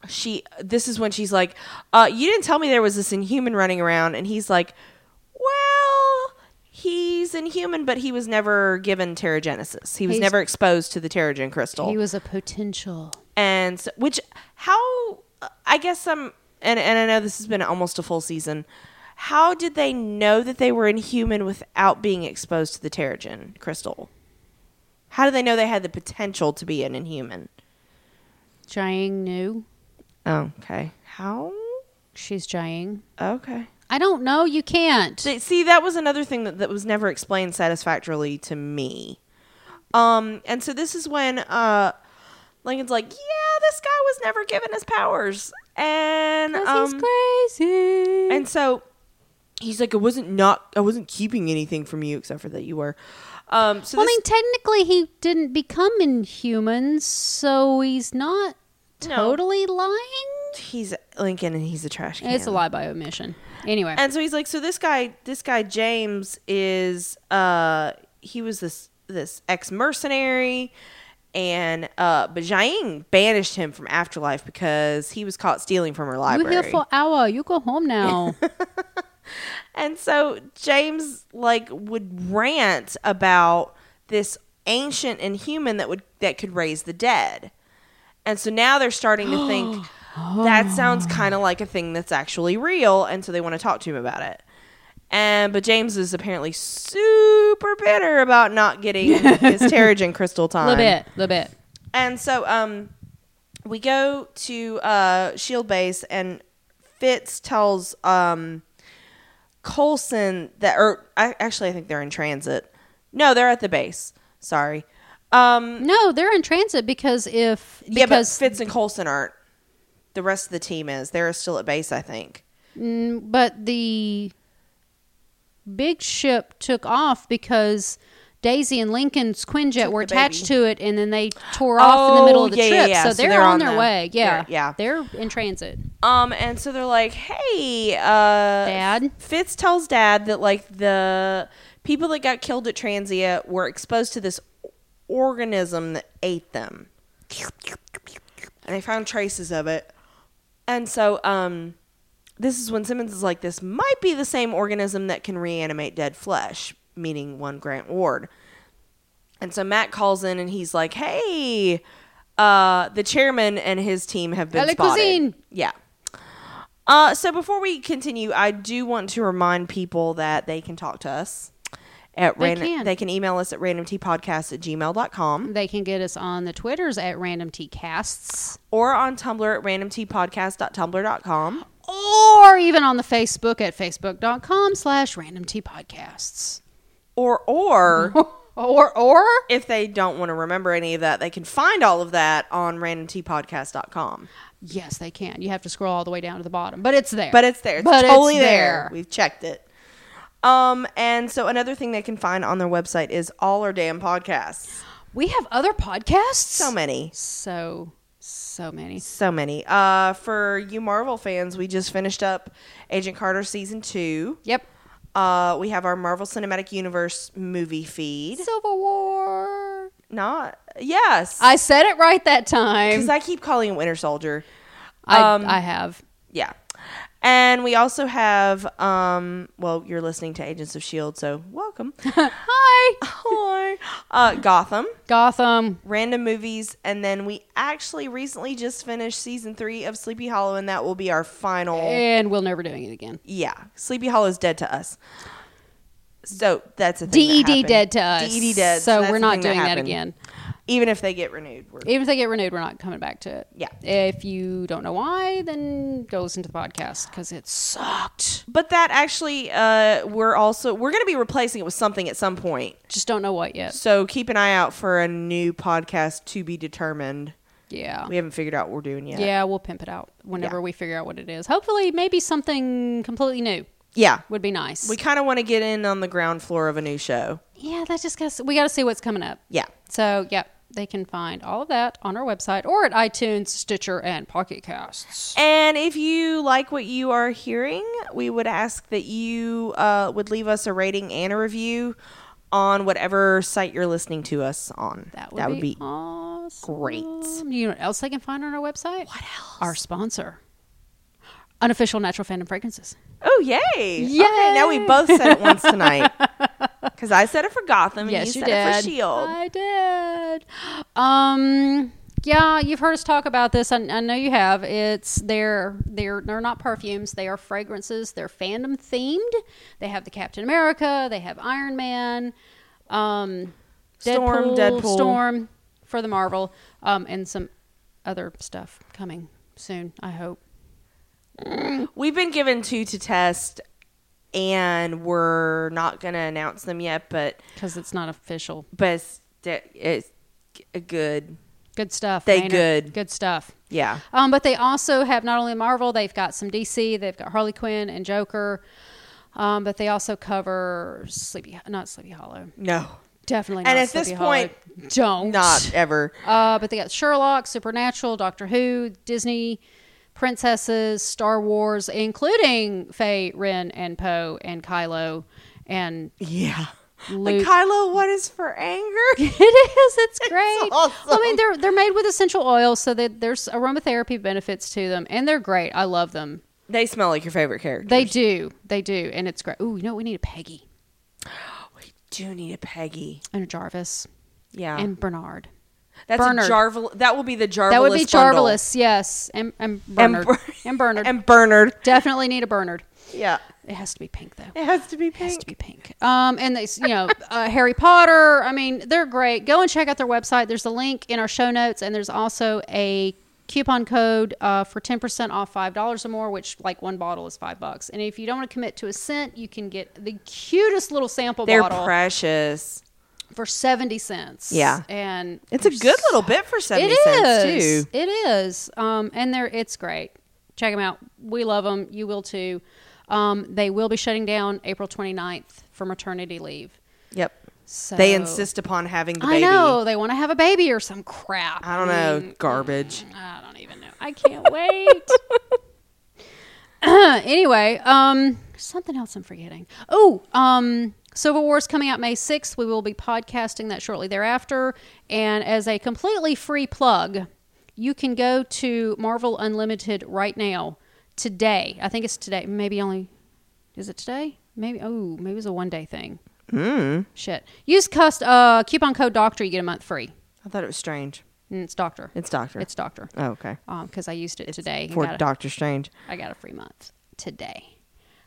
A: she this is when she's like, uh, "You didn't tell me there was this inhuman running around," and he's like, "Well." He's inhuman, but he was never given pterogenesis. He was
B: He's-
A: never exposed to the pterogen crystal
B: he was a potential.
A: and so, which how I guess I'm and and I know this has been almost a full season. How did they know that they were inhuman without being exposed to the pterogen crystal? How did they know they had the potential to be an inhuman?
B: Jiang knew.
A: Oh, okay. How?
B: She's Jiang.
A: Okay.
B: I don't know. You can't.
A: Th- See, that was another thing that, that was never explained satisfactorily to me. Um, and so this is when uh, Lincoln's like, "Yeah, this guy was never given his powers," and
B: 'Cause
A: um,
B: he's crazy.
A: And so he's like, I wasn't not, I wasn't keeping anything from you except for that you were. Um, so
B: well,
A: this,
B: I mean, technically, he didn't become inhuman, so he's not
A: No.
B: totally lying.
A: he's Lincoln and he's a trash can.
B: It's a lie by omission. Anyway,
A: And so he's like, so this guy, this guy James is, uh, he was this this ex mercenary, and uh, but Jiang banished him from afterlife because he was caught stealing from her
B: you
A: library.
B: here for hour. You go home now.
A: And so James like would rant about this ancient inhuman that would that could raise the dead. And so now they're starting to think that sounds kind of like a thing that's actually real and so they want to talk to him about it. And but James is apparently super bitter about not getting his pterogen crystal time.
B: little bit, little bit.
A: And so um we go to uh Shield Base and Fitz tells um Colson that or I, actually I think they're in transit. No, they're at the base. Sorry. Um
B: No, they're in transit because if
A: yeah, but
B: because
A: Fitz and Colson aren't. The rest of the team is. They're still at base, I think.
B: Mm, but the big ship took off because Daisy and Lincoln's Quinjet were
A: the Oh,
B: attached to it, and then they tore off in the middle of the
A: yeah, yeah,
B: trip.
A: yeah.
B: So, they're on their
A: the-
B: way. Yeah,
A: they're- yeah.
B: they're in transit.
A: Um, and so they're like, "Hey, uh,
B: Dad?
A: Fitz tells Dad that like the people that got killed at Transia were exposed to this organism that ate them, and they found traces of it. And so, um, this is when Simmons is like, "This might be the same organism that can reanimate dead flesh," meaning one Grant Ward. And so Matt calls in and he's like, "Hey, uh, the chairman and his team have been
B: Allez,
A: spotted."
B: cousine.
A: Yeah. Uh, so before we continue, I do want to remind people that they can talk to us at
B: They
A: random.
B: can. Mm-hmm.
A: They can email us at randomtpodcast at gmail.com
B: They can get us on the Twitters at Random Tea Casts,
A: or on Tumblr at randomtpodcast.tumblr.com.
B: or even on the Facebook at facebook.com slash Random Tea Podcasts.
A: Or or
B: Mm-hmm. Or or
A: if they don't want to remember any of that, they can find all of that on randomtpodcast.com.
B: yes, they can. You have to scroll all the way down to the bottom, but it's there.
A: But it's there. It's
B: But it's
A: totally there.
B: there.
A: We've checked it. Um, and so another thing they can find on their website is all our damn podcasts.
B: we have other podcasts.
A: So many.
B: so so many
A: So many. Uh, for you Marvel fans, we just finished up Agent Carter season two.
B: yep
A: Uh, we have our Marvel Cinematic Universe movie feed.
B: civil war
A: Not yes,
B: i said it right that
A: because
B: time
A: I keep calling it Winter Soldier.
B: I,
A: um,
B: I have
A: Yeah, and we also have um. Well, you're listening to Agents of Shield, E so welcome.
B: hi
A: Hi. Uh, Gotham,
B: gotham
A: random movies, and then we actually recently just finished season three of Sleepy Hollow, and that will be our final.
B: and we'll never doing it again
A: Yeah, Sleepy Hollow's dead to us. So that's a thing that
B: DED
A: happened.
B: E dead to us.
A: DED dead.
B: So
A: that's
B: we're
A: a
B: not
A: thing
B: doing that,
A: happened.
B: again.
A: Even if they get renewed, we're
B: Even if they get renewed, we're not coming back to it.
A: Yeah.
B: If you don't know why, then go listen to the podcast because it sucked.
A: But that actually, uh, we're also we're going to be replacing it with something at some point.
B: Just don't know what yet.
A: So keep an eye out for a new podcast to be determined.
B: Yeah.
A: We haven't figured out what we're doing yet.
B: Yeah, we'll pimp it out whenever
A: Yeah.
B: we figure out what it is. Hopefully, maybe something completely new
A: yeah.
B: would be nice.
A: We kind of want to get in on the ground floor of a new show.
B: yeah, that just got we got to see what's coming up.
A: Yeah.
B: So, yeah, they can find all of that on our website or at iTunes, Stitcher, and Pocket Casts.
A: And if you like what you are hearing, we would ask that you uh, would leave us a rating and a review on whatever site you're listening to us on.
B: That would, be, awesome.
A: great.
B: You know what else they can find on our website? What else? Our sponsor, Unofficial Natural Fandom Fragrances.
A: Oh, yay.
B: Yay.
A: Okay, now we both said it once tonight. Because I said it for Gotham and
B: yes,
A: you,
B: you,
A: said
B: did.
A: it for S.H.I.E.L.D.
B: I did. Um, yeah, you've heard us talk about this. I, I know you have. It's they're they're they're not perfumes. They are fragrances. They're fandom themed. They have the Captain America. They have Iron Man. Um,
A: Storm, Deadpool.
B: Storm for the Marvel, um, and some other stuff coming soon. I hope.
A: We've been given two to test, and we're not going to announce them yet, but,
B: because it's not official.
A: but it's, it's a good.
B: Good stuff.
A: They
B: Maynard.
A: good.
B: Good stuff.
A: Yeah.
B: Um, but they also have not only Marvel, they've got some DC, they've got Harley Quinn and Joker. Um, but they also cover Sleepy, not Sleepy Hollow.
A: No.
B: Definitely not.
A: And at this
B: Sleepy
A: point,
B: Hollow. don't
A: Not ever.
B: Uh, but they got Sherlock, Supernatural, Doctor Who, Disney, Princesses, Star Wars, including Faye, Ren, and Poe, and Kylo, and
A: Yeah.
B: Luke.
A: Like Kylo, what is for anger?
B: It is. It's great. I
A: awesome.
B: mean, they're they're made with essential oils, so that there's aromatherapy benefits to them, and they're great. I love them.
A: they smell like your favorite character.
B: They do. They do, and it's great. Ooh, you know what? we need a Peggy
A: we do need a Peggy.
B: and a Jarvis
A: Yeah.
B: and Bernard.
A: That's
B: Bernard.
A: a Jarvel. That will be the Jarvelous.
B: That would be
A: bundle.
B: Jarvis. Yes, and and Bernard and,
A: Ber-
B: Bernard.
A: And Bernard.
B: Definitely need a Bernard.
A: Yeah.
B: It has to be pink though.
A: It has to be
B: It has
A: pink.
B: to be pink. Um, and they, s- you know, uh, Harry Potter. I mean, they're great. Go and check out their website. There's a link in our show notes, and there's also a coupon code uh, for ten percent off five dollars or more, which like one bottle is five bucks. And if you don't want to commit to a cent, you can get the cutest little sample
A: They're
B: bottle
A: precious.
B: for seventy cents.
A: Yeah.
B: and
A: It's a good little bit for
B: it
A: seventy
B: is.
A: cents too.
B: It is. Um, and they're it's great. Check them out. We love them. You will too. Um, they will be shutting down April 29th for maternity leave.
A: Yep.
B: So
A: They insist upon having the
B: I
A: baby.
B: know they want to have a baby or some crap.
A: I don't know. Garbage.
B: I don't even know. I can't wait. anyway, um, something else I'm forgetting. Oh, um, Civil War is coming out May 6th. We will be podcasting that shortly thereafter. And as a completely free plug, you can go to Marvel Unlimited right now, today. I think it's today. Maybe only, is it today? Maybe, oh, maybe it's a one day thing.
A: Hmm.
B: Mm. Shit. Use cust- uh, coupon code DOCTOR, you get a month free.
A: I thought it was strange.
B: And it's doctor.
A: It's Doctor.
B: It's doctor
A: oh, okay.
B: because um, I used it today. and
A: For
B: got a-
A: Doctor Strange.
B: I got a free month today.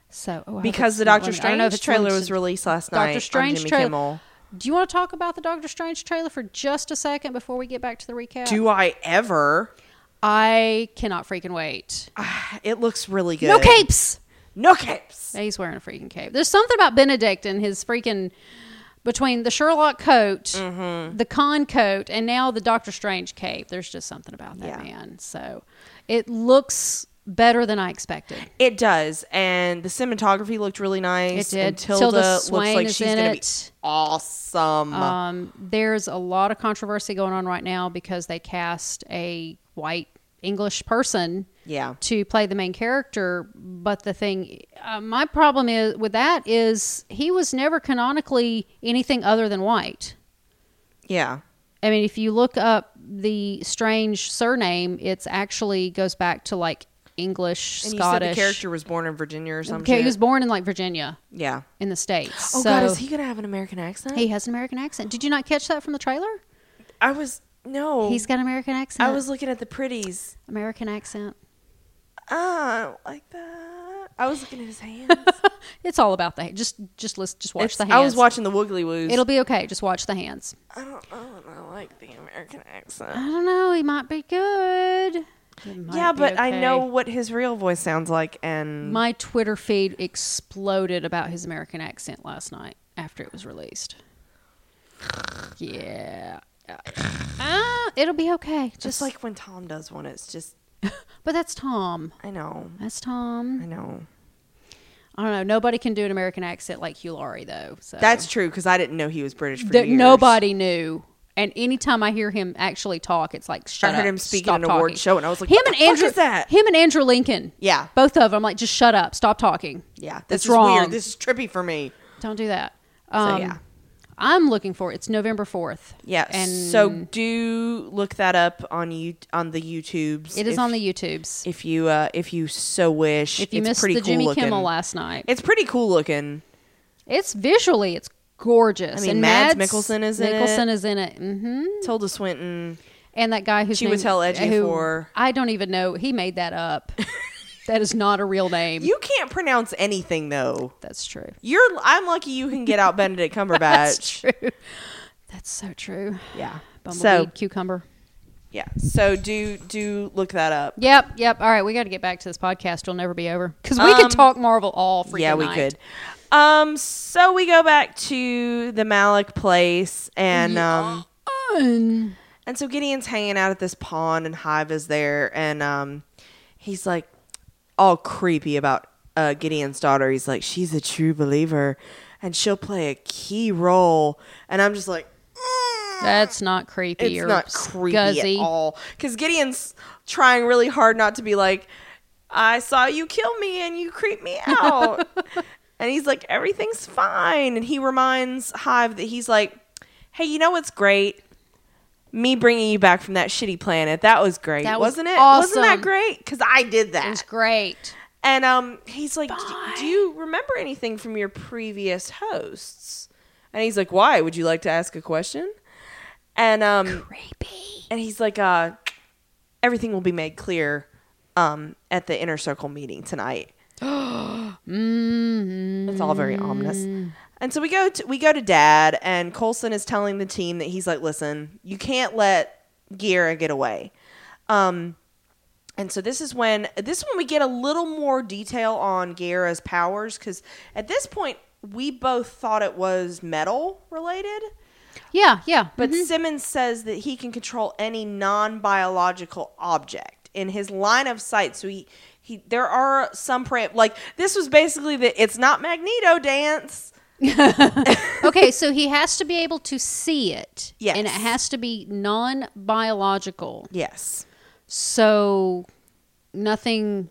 B: So oh, I hope
A: Because
B: it's
A: the
B: not
A: Doctor
B: limited. I don't know if
A: Strange
B: it's
A: trailer
B: limited.
A: was released last night.
B: Doctor
A: on
B: Strange
A: Jimmy
B: trailer.
A: Kimmel.
B: Do you want to talk about the Doctor Strange trailer for just a second before we get back to the recap?
A: Do I ever?
B: I cannot freaking wait.
A: It looks really good.
B: No capes.
A: No capes.
B: Yeah, he's wearing a freaking cape. There's something about Benedict and his freaking between the Sherlock coat,
A: Mm-hmm.
B: the con coat, and now the Doctor Strange cape. There's just something about
A: Yeah.
B: that man. So it looks better than I expected.
A: It does, and the cinematography looked really nice.
B: It did.
A: And
B: Tilda
A: Tilda,
B: Swain
A: looks like
B: is
A: she's
B: in
A: gonna
B: it.
A: be awesome.
B: Um, there's a lot of controversy going on right now because they cast a white English person
A: yeah,
B: to play the main character. But the thing, uh, my problem is with that is he was never canonically anything other than white.
A: yeah,
B: I mean, if you look up the strange surname, it's actually goes back to like English,
A: and
B: Scottish.
A: you said the character was born in Virginia or something.
B: Okay, he was born in like Virginia
A: yeah.
B: in the states.
A: Oh
B: so
A: God, is he gonna have an American accent?
B: he has an American accent. Did you not catch that from the trailer?
A: I was no.
B: He's got an American accent.
A: I was looking at the pretties.
B: American accent.
A: Ah, I don't like that. I was looking at his hands.
B: It's all about the just just listen, just watch
A: It's-
B: the hands.
A: I was watching the Woogly Woos.
B: It'll be okay. Just watch the hands.
A: I don't know. that I like the American accent.
B: I don't know. He might be good. He might
A: yeah,
B: be
A: but I
B: okay.
A: know what his real voice sounds like, and
B: My Twitter feed exploded about his American accent last night after it was released. Yeah. Ah, it'll be okay.
A: just
B: Just like,
A: like when Tom does one, it's just
B: but that's Tom.
A: I know,
B: That's
A: I
B: Tom.
A: know.
B: I don't know. Nobody can do an American accent like Hugh Laurie though. So
A: That's true because I didn't know he was British for
B: Oh. that
A: years.
B: nobody knew. And anytime I hear him actually talk, it's like shut
A: I heard
B: up,
A: him speak
B: stop
A: at an award
B: talking.
A: show, and I was like,
B: him
A: "What
B: and
A: the fuck
B: Andrew,
A: is that?"
B: him and Andrew Lincoln,
A: Yeah.
B: both of them. Like just shut up, stop talking.
A: Yeah, this
B: that's
A: is
B: wrong.
A: weird. This is trippy for me.
B: Don't do that. Um,
A: yeah.
B: I'm looking for it's November fourth.
A: Yeah.
B: and
A: so do look that up on you on the YouTubes.
B: it is
A: if-
B: on the YouTubes. If,
A: if you uh, if you so wish.
B: you
A: it's
B: missed
A: pretty
B: the
A: cool
B: Jimmy
A: looking.
B: Kimmel last night,
A: It's pretty cool looking.
B: it's visually it's gorgeous.
A: I mean,
B: and
A: Mads Mikkelsen is in it.
B: Mickelson is in it. Mm-hmm.
A: Tilda Swinton.
B: And that guy who's
A: She was hell edgy
B: who,
A: for-
B: I don't even know. He made that up. that is not a real name.
A: You can't pronounce anything though.
B: That's true.
A: You're I'm lucky you can get out Benedict Cumberbatch.
B: That's true. That's so true.
A: Yeah.
B: Bumbleweed,
A: So
B: cucumber.
A: yeah. So do do look that up.
B: Yep, yep. All right, we got to get back to this podcast. It'll never be over because we
A: Um,
B: could talk Marvel all freaking
A: yeah, we
B: night.
A: could. Um. So we go back to the Malik place, and um,
B: Um,
A: and so Gideon's hanging out at this pond, and Hive is there, and um, he's like all creepy about uh Gideon's daughter. He's like, she's a true believer, and she'll play a key role, and I'm just like.
B: That's not creepy.
A: it's
B: or
A: not creepy
B: scuzzy.
A: at all because gideon's trying really hard not to be like i saw you kill me and you creep me out and he's like everything's fine and he reminds hive that he's like hey you know what's great me bringing you back from that shitty planet that was great
B: That was
A: wasn't it wasn't
B: awesome.
A: that great because i did that
B: It was great.
A: and um, he's like, "Do- "Do you remember anything from your previous hosts?" And he's like, "Why? Would you like to ask a question?" And um,
B: Creepy.
A: and he's like, "Uh, everything will be made clear um at the inner circle meeting tonight." It's all very ominous. And so we go to we go to Dad, and Colson is telling the team that he's like, "Listen, you can't let Gira get away." Um, and so this is when this is when we get a little more detail on Gira's powers because at this point we both thought it was metal related,
B: Yeah, yeah.
A: but Simmons says that he can control any non-biological object in his line of sight. So he. He, there are some pra- like this was basically the it's not Magneto dance.
B: okay, so he has to be able to see it.
A: Yes.
B: And it has to be non biological.
A: Yes.
B: So nothing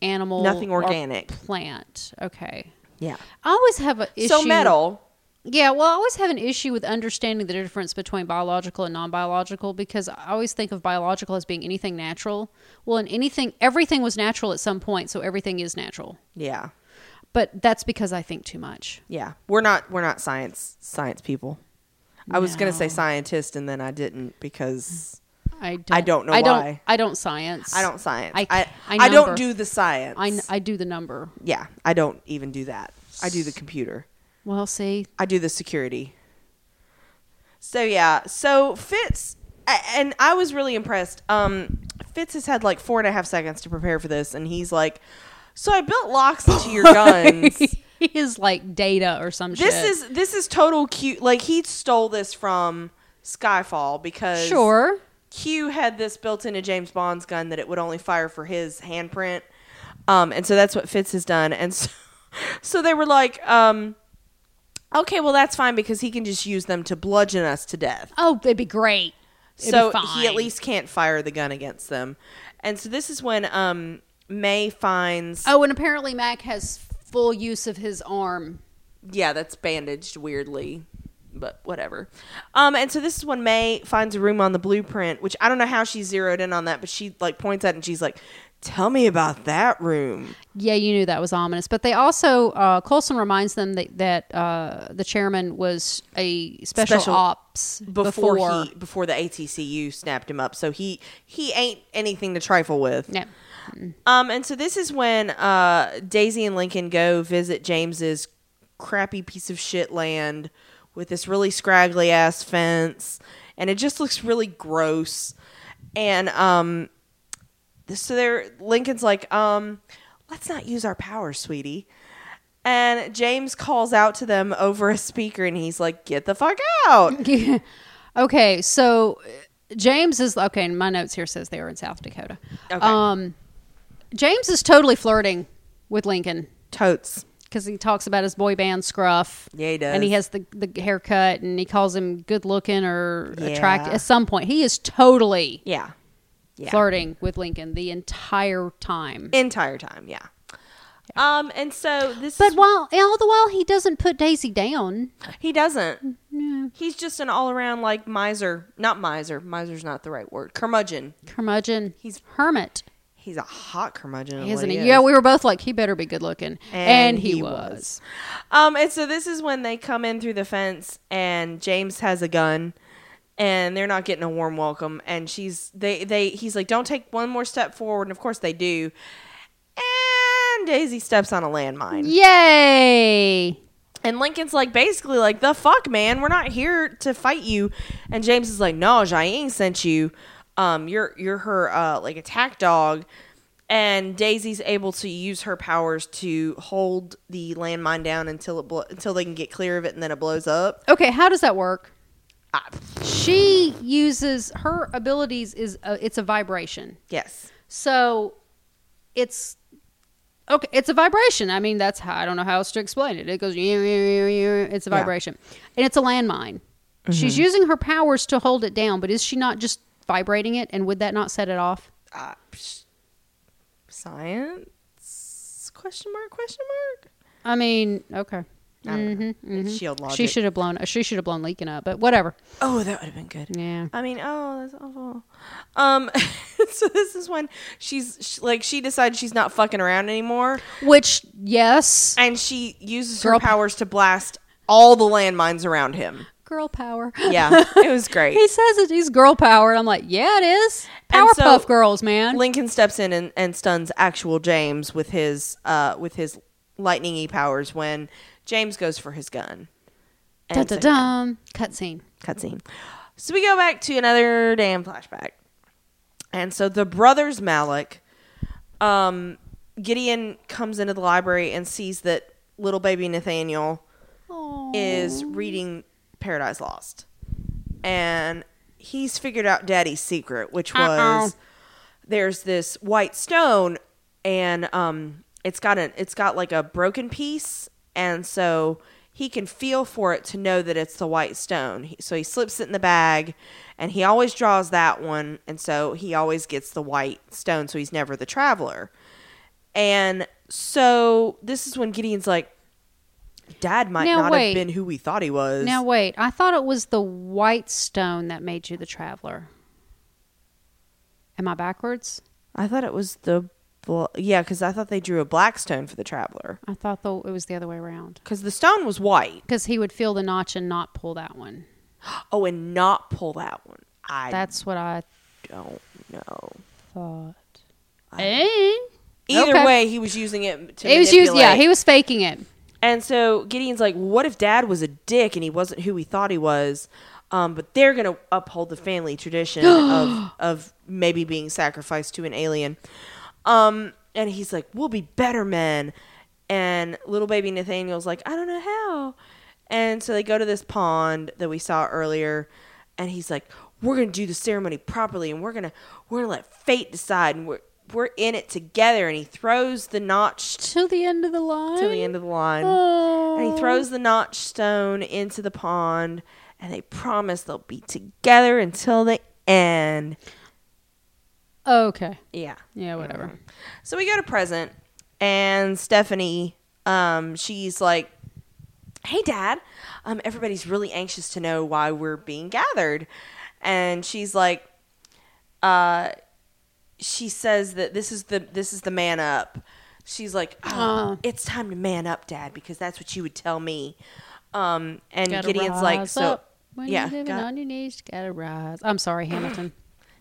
B: animal
A: Nothing
B: or
A: organic.
B: plant. Okay.
A: Yeah.
B: I always have an issue
A: So metal.
B: Yeah, well, I always have an issue with understanding the difference between biological and non-biological because I always think of biological as being anything natural. Well, and anything everything was natural at some point, so everything is natural.
A: Yeah.
B: But that's because I think too much.
A: Yeah. We're not we're not science science people. I was going to say
B: No.
A: scientist and then I didn't because
B: I don't,
A: I don't know
B: I don't,
A: why.
B: I don't science.
A: I don't science. I
B: I-
A: I,
B: I
A: don't
B: number.
A: do the science.
B: I, I do the number.
A: yeah, I don't even do that. I do the computer.
B: Well, see,
A: I do the security. So yeah, so Fitz a- and I was really impressed. Um, Fitz has had like four and a half seconds to prepare for this, and he's like, "So I built locks into your guns."
B: he is like data or some shit.
A: This is this is total Q. Like he stole this from Skyfall because
B: sure.
A: Q had this built into James Bond's gun that it would only fire for his handprint. Um, and so that's what Fitz has done. And so, so they were like, um, okay, well that's fine because he can just use them to bludgeon us to death.
B: Oh, it'd be great. It'd
A: so
B: be
A: he at
B: fine.
A: least can't fire the gun against them. And so this is when um, May finds.
B: Oh, and apparently Mac has full use of his arm.
A: yeah, that's bandaged weirdly, but whatever. Um, and so this is when May finds a room on the blueprint, which I don't know how she zeroed in on that, but she like points at it and she's like, "Tell me about that room."
B: Yeah, you knew that was ominous. But they also, uh, Colson reminds them that, that uh, the chairman was a special,
A: Special
B: ops
A: Before,
B: before.
A: he before the ATCU snapped him up, so he he ain't anything to trifle with.
B: no.
A: Um, and so this is when uh, Daisy and Lincoln go visit James's crappy piece of shit land with this really scraggly ass fence, and it just looks really gross. And um, so there, Lincoln's like, um, let's not use our powers, sweetie. And James calls out to them over a speaker, and he's like, "Get the fuck out!"
B: okay, so uh, James is okay. And my notes here says they were in South Dakota.
A: Okay.
B: Um, James is totally flirting with Lincoln
A: Totes.
B: because he talks about his boy band Scruff.
A: Yeah, he
B: And he
A: does.
B: has the the haircut, and he calls him good looking or attractive.
A: Yeah.
B: At some point, he is totally
A: Yeah. Yeah.
B: flirting with Lincoln the entire time.
A: Entire time, yeah. Um, and so this
B: But
A: is
B: while all the while he doesn't put Daisy down.
A: He doesn't. He's just an all around like miser. Not miser. Miser's not the right word. Curmudgeon.
B: Curmudgeon.
A: He's-
B: hermit,
A: He's a hot curmudgeon, is
B: isn't
A: what
B: he?
A: he?
B: Yeah,
A: is.
B: we were both like, he better be good looking, and, he, was.
A: Um, and so this is when they come in through the fence, and James has a gun, and they're not getting a warm welcome. And she's they they he's like, don't take one more step forward, and of course they do. And Daisy steps on a landmine.
B: Yay!
A: And Lincoln's like, basically, like, the fuck, man, we're not here to fight you. And James is like, no, Jiang sent you. Um, you're you're her uh like attack dog. And Daisy's able to use her powers to hold the landmine down until it blo- until they can get clear of it, and then it blows up.
B: Okay, how does that work?
A: Ah,
B: She uses her abilities is a, it's a vibration,
A: yes,
B: so it's okay. It's a vibration. I mean, that's how I don't know how else to explain it. It goes. It's a
A: Yeah.
B: vibration, and it's a landmine. She's using her powers to hold it down, but is she not just vibrating it? And would that not set it off?
A: Ah, psh. science question mark question mark.
B: I mean, okay.
A: I don't know. It's shield logic.
B: She should have blown. She should have blown Lincoln up, but whatever.
A: Oh, that would have been good.
B: Yeah.
A: I mean, oh, that's awful. Um, so this is when she's sh- like, she decides she's not fucking around anymore,
B: Which, yes,
A: and she uses her
B: Girl-
A: powers to blast all the landmines around him.
B: girl power.
A: Yeah, it was great.
B: he says it. He's girl power, and I'm like, yeah, it is.
A: And so-
B: Powerpuff Girls, man.
A: Lincoln steps in and, and stuns actual James with his uh with his lightningy powers when James goes for his gun.
B: da
A: And
B: da
A: so-
B: dum. Cutscene.
A: cutscene. So we go back to another damn flashback. And so the brothers Malik, um, Gideon comes into the library and sees that little baby Nathaniel is reading Paradise Lost. And he's figured out Daddy's secret, which was there's this white stone and um it's got an it's got like a broken piece and so he can feel for it to know that it's the white stone. He- So he slips it in the bag and he always draws that one and so he always gets the white stone so he's never the traveler. And so this is when Gideon's like Dad might
B: Now
A: not
B: wait.
A: have been who we thought he was.
B: Now wait, I thought it was the white stone that made you the traveler. Am I backwards?
A: I thought it was the bl- yeah, because I thought they drew a black stone for the traveler
B: I thought though it was the other way around
A: because the stone was white.
B: because he would feel the notch and not pull that one.
A: Oh, and not pull that one. I
B: That's what I
A: don't know.
B: thought. Eh?
A: Either
B: Okay.
A: way, he was using it to.
B: It was used. Yeah,
A: manipulate.
B: he was faking it.
A: And so Gideon's like, "What if Dad was a dick and he wasn't who he thought he was?" Um, but they're gonna uphold the family tradition of of maybe being sacrificed to an alien. Um, and he's like, "We'll be better men." And little baby Nathaniel's like, "I don't know how." And so they go to this pond that we saw earlier, and he's like, "We're gonna do the ceremony properly, and we're gonna we're gonna let fate decide, and we're we're in it together." And he throws the notch
B: Till the end of the e-, line.
A: to the end of the line.
B: Oh.
A: And he throws the notch stone into the pond, and they promise they'll be together until the end.
B: Okay.
A: Yeah.
B: Yeah. Whatever.
A: Mm-hmm. So we go to present, and Stephanie, um, she's like, "Hey, Dad, um, everybody's really anxious to know why we're being gathered," and she's like, "Uh, she says that this is the this is the man up." She's like, oh, "It's time to man up, Dad, because that's what you would tell me." Um, and
B: Gotta
A: Gideon's like,
B: rise
A: "So."
B: up When
A: yeah,
B: you're living
A: got- Mm-hmm.
B: on your knees, gotta rise. I'm sorry, Hamilton.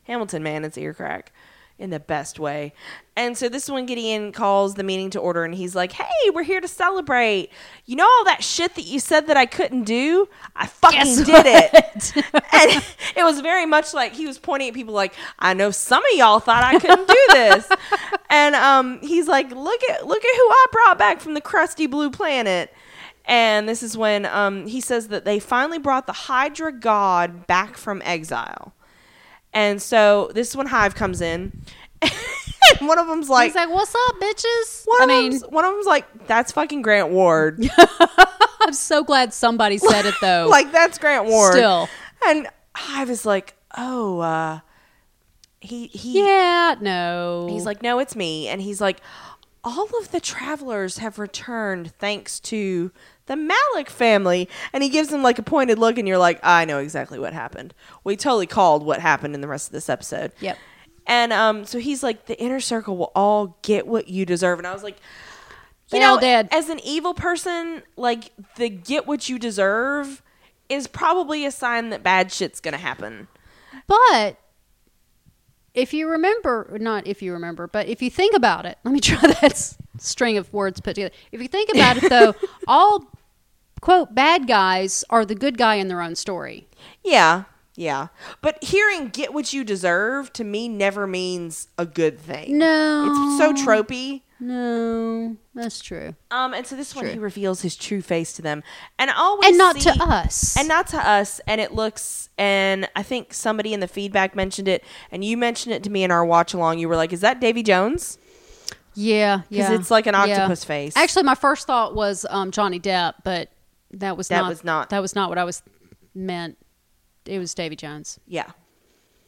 A: Hamilton man, it's ear crack. in the best way. And so this is when Gideon calls the meeting to order and he's like, Hey, we're here to celebrate. You know all that shit that you said that I couldn't do? I fucking
B: Guess
A: did it. and it was very much like he was pointing at people like, I know some of y'all thought I couldn't do this. and um, he's like, Look at look at who I brought back from the crusty blue planet. And this is when um, he says that they finally brought the Hydra god back from exile. And so this is when Hive comes in. and one of them's like,
B: He's like, "What's up, bitches?"
A: one,
B: I
A: of
B: mean,
A: them's, one of them's like, that's fucking Grant Ward.
B: I'm so glad somebody said it though.
A: like, that's Grant Ward.
B: Still.
A: And Hive is like, oh, uh, he, he,
B: yeah, no.
A: he's like, no, it's me. And he's like, all of the travelers have returned thanks to the Malik family. And he gives them like a pointed look, and you're like, I know exactly what happened. We totally called what happened in the rest of this episode.
B: Yep.
A: And um, so he's like, the inner circle will all get what you deserve. And I was like, you
B: They all
A: know,
B: did.
A: as an evil person, like the get what you deserve is probably a sign that bad shit's gonna happen.
B: But if you remember, not if you remember, but if you think about it, let me try that s- string of words put together. If you think about it, though, all quote bad guys are the good guy in their own story.
A: Yeah, yeah. But hearing "get what you deserve" to me never means a good thing.
B: No,
A: it's so tropey.
B: no, that's true,
A: Um, and so this one
B: True.
A: he reveals his true face to them, and always
B: and not
A: see-
B: to us.
A: and not to us. And it looks, and I think somebody in the feedback mentioned it, and you mentioned it to me in our watch along. You were like, "Is that Davy Jones?"
B: yeah, yeah,
A: it's like an
B: yeah.
A: octopus face.
B: Actually, my first thought was um, Johnny Depp, but that was
A: That
B: not,
A: was not-
B: that was not what I was meant. It was Davy Jones.
A: Yeah,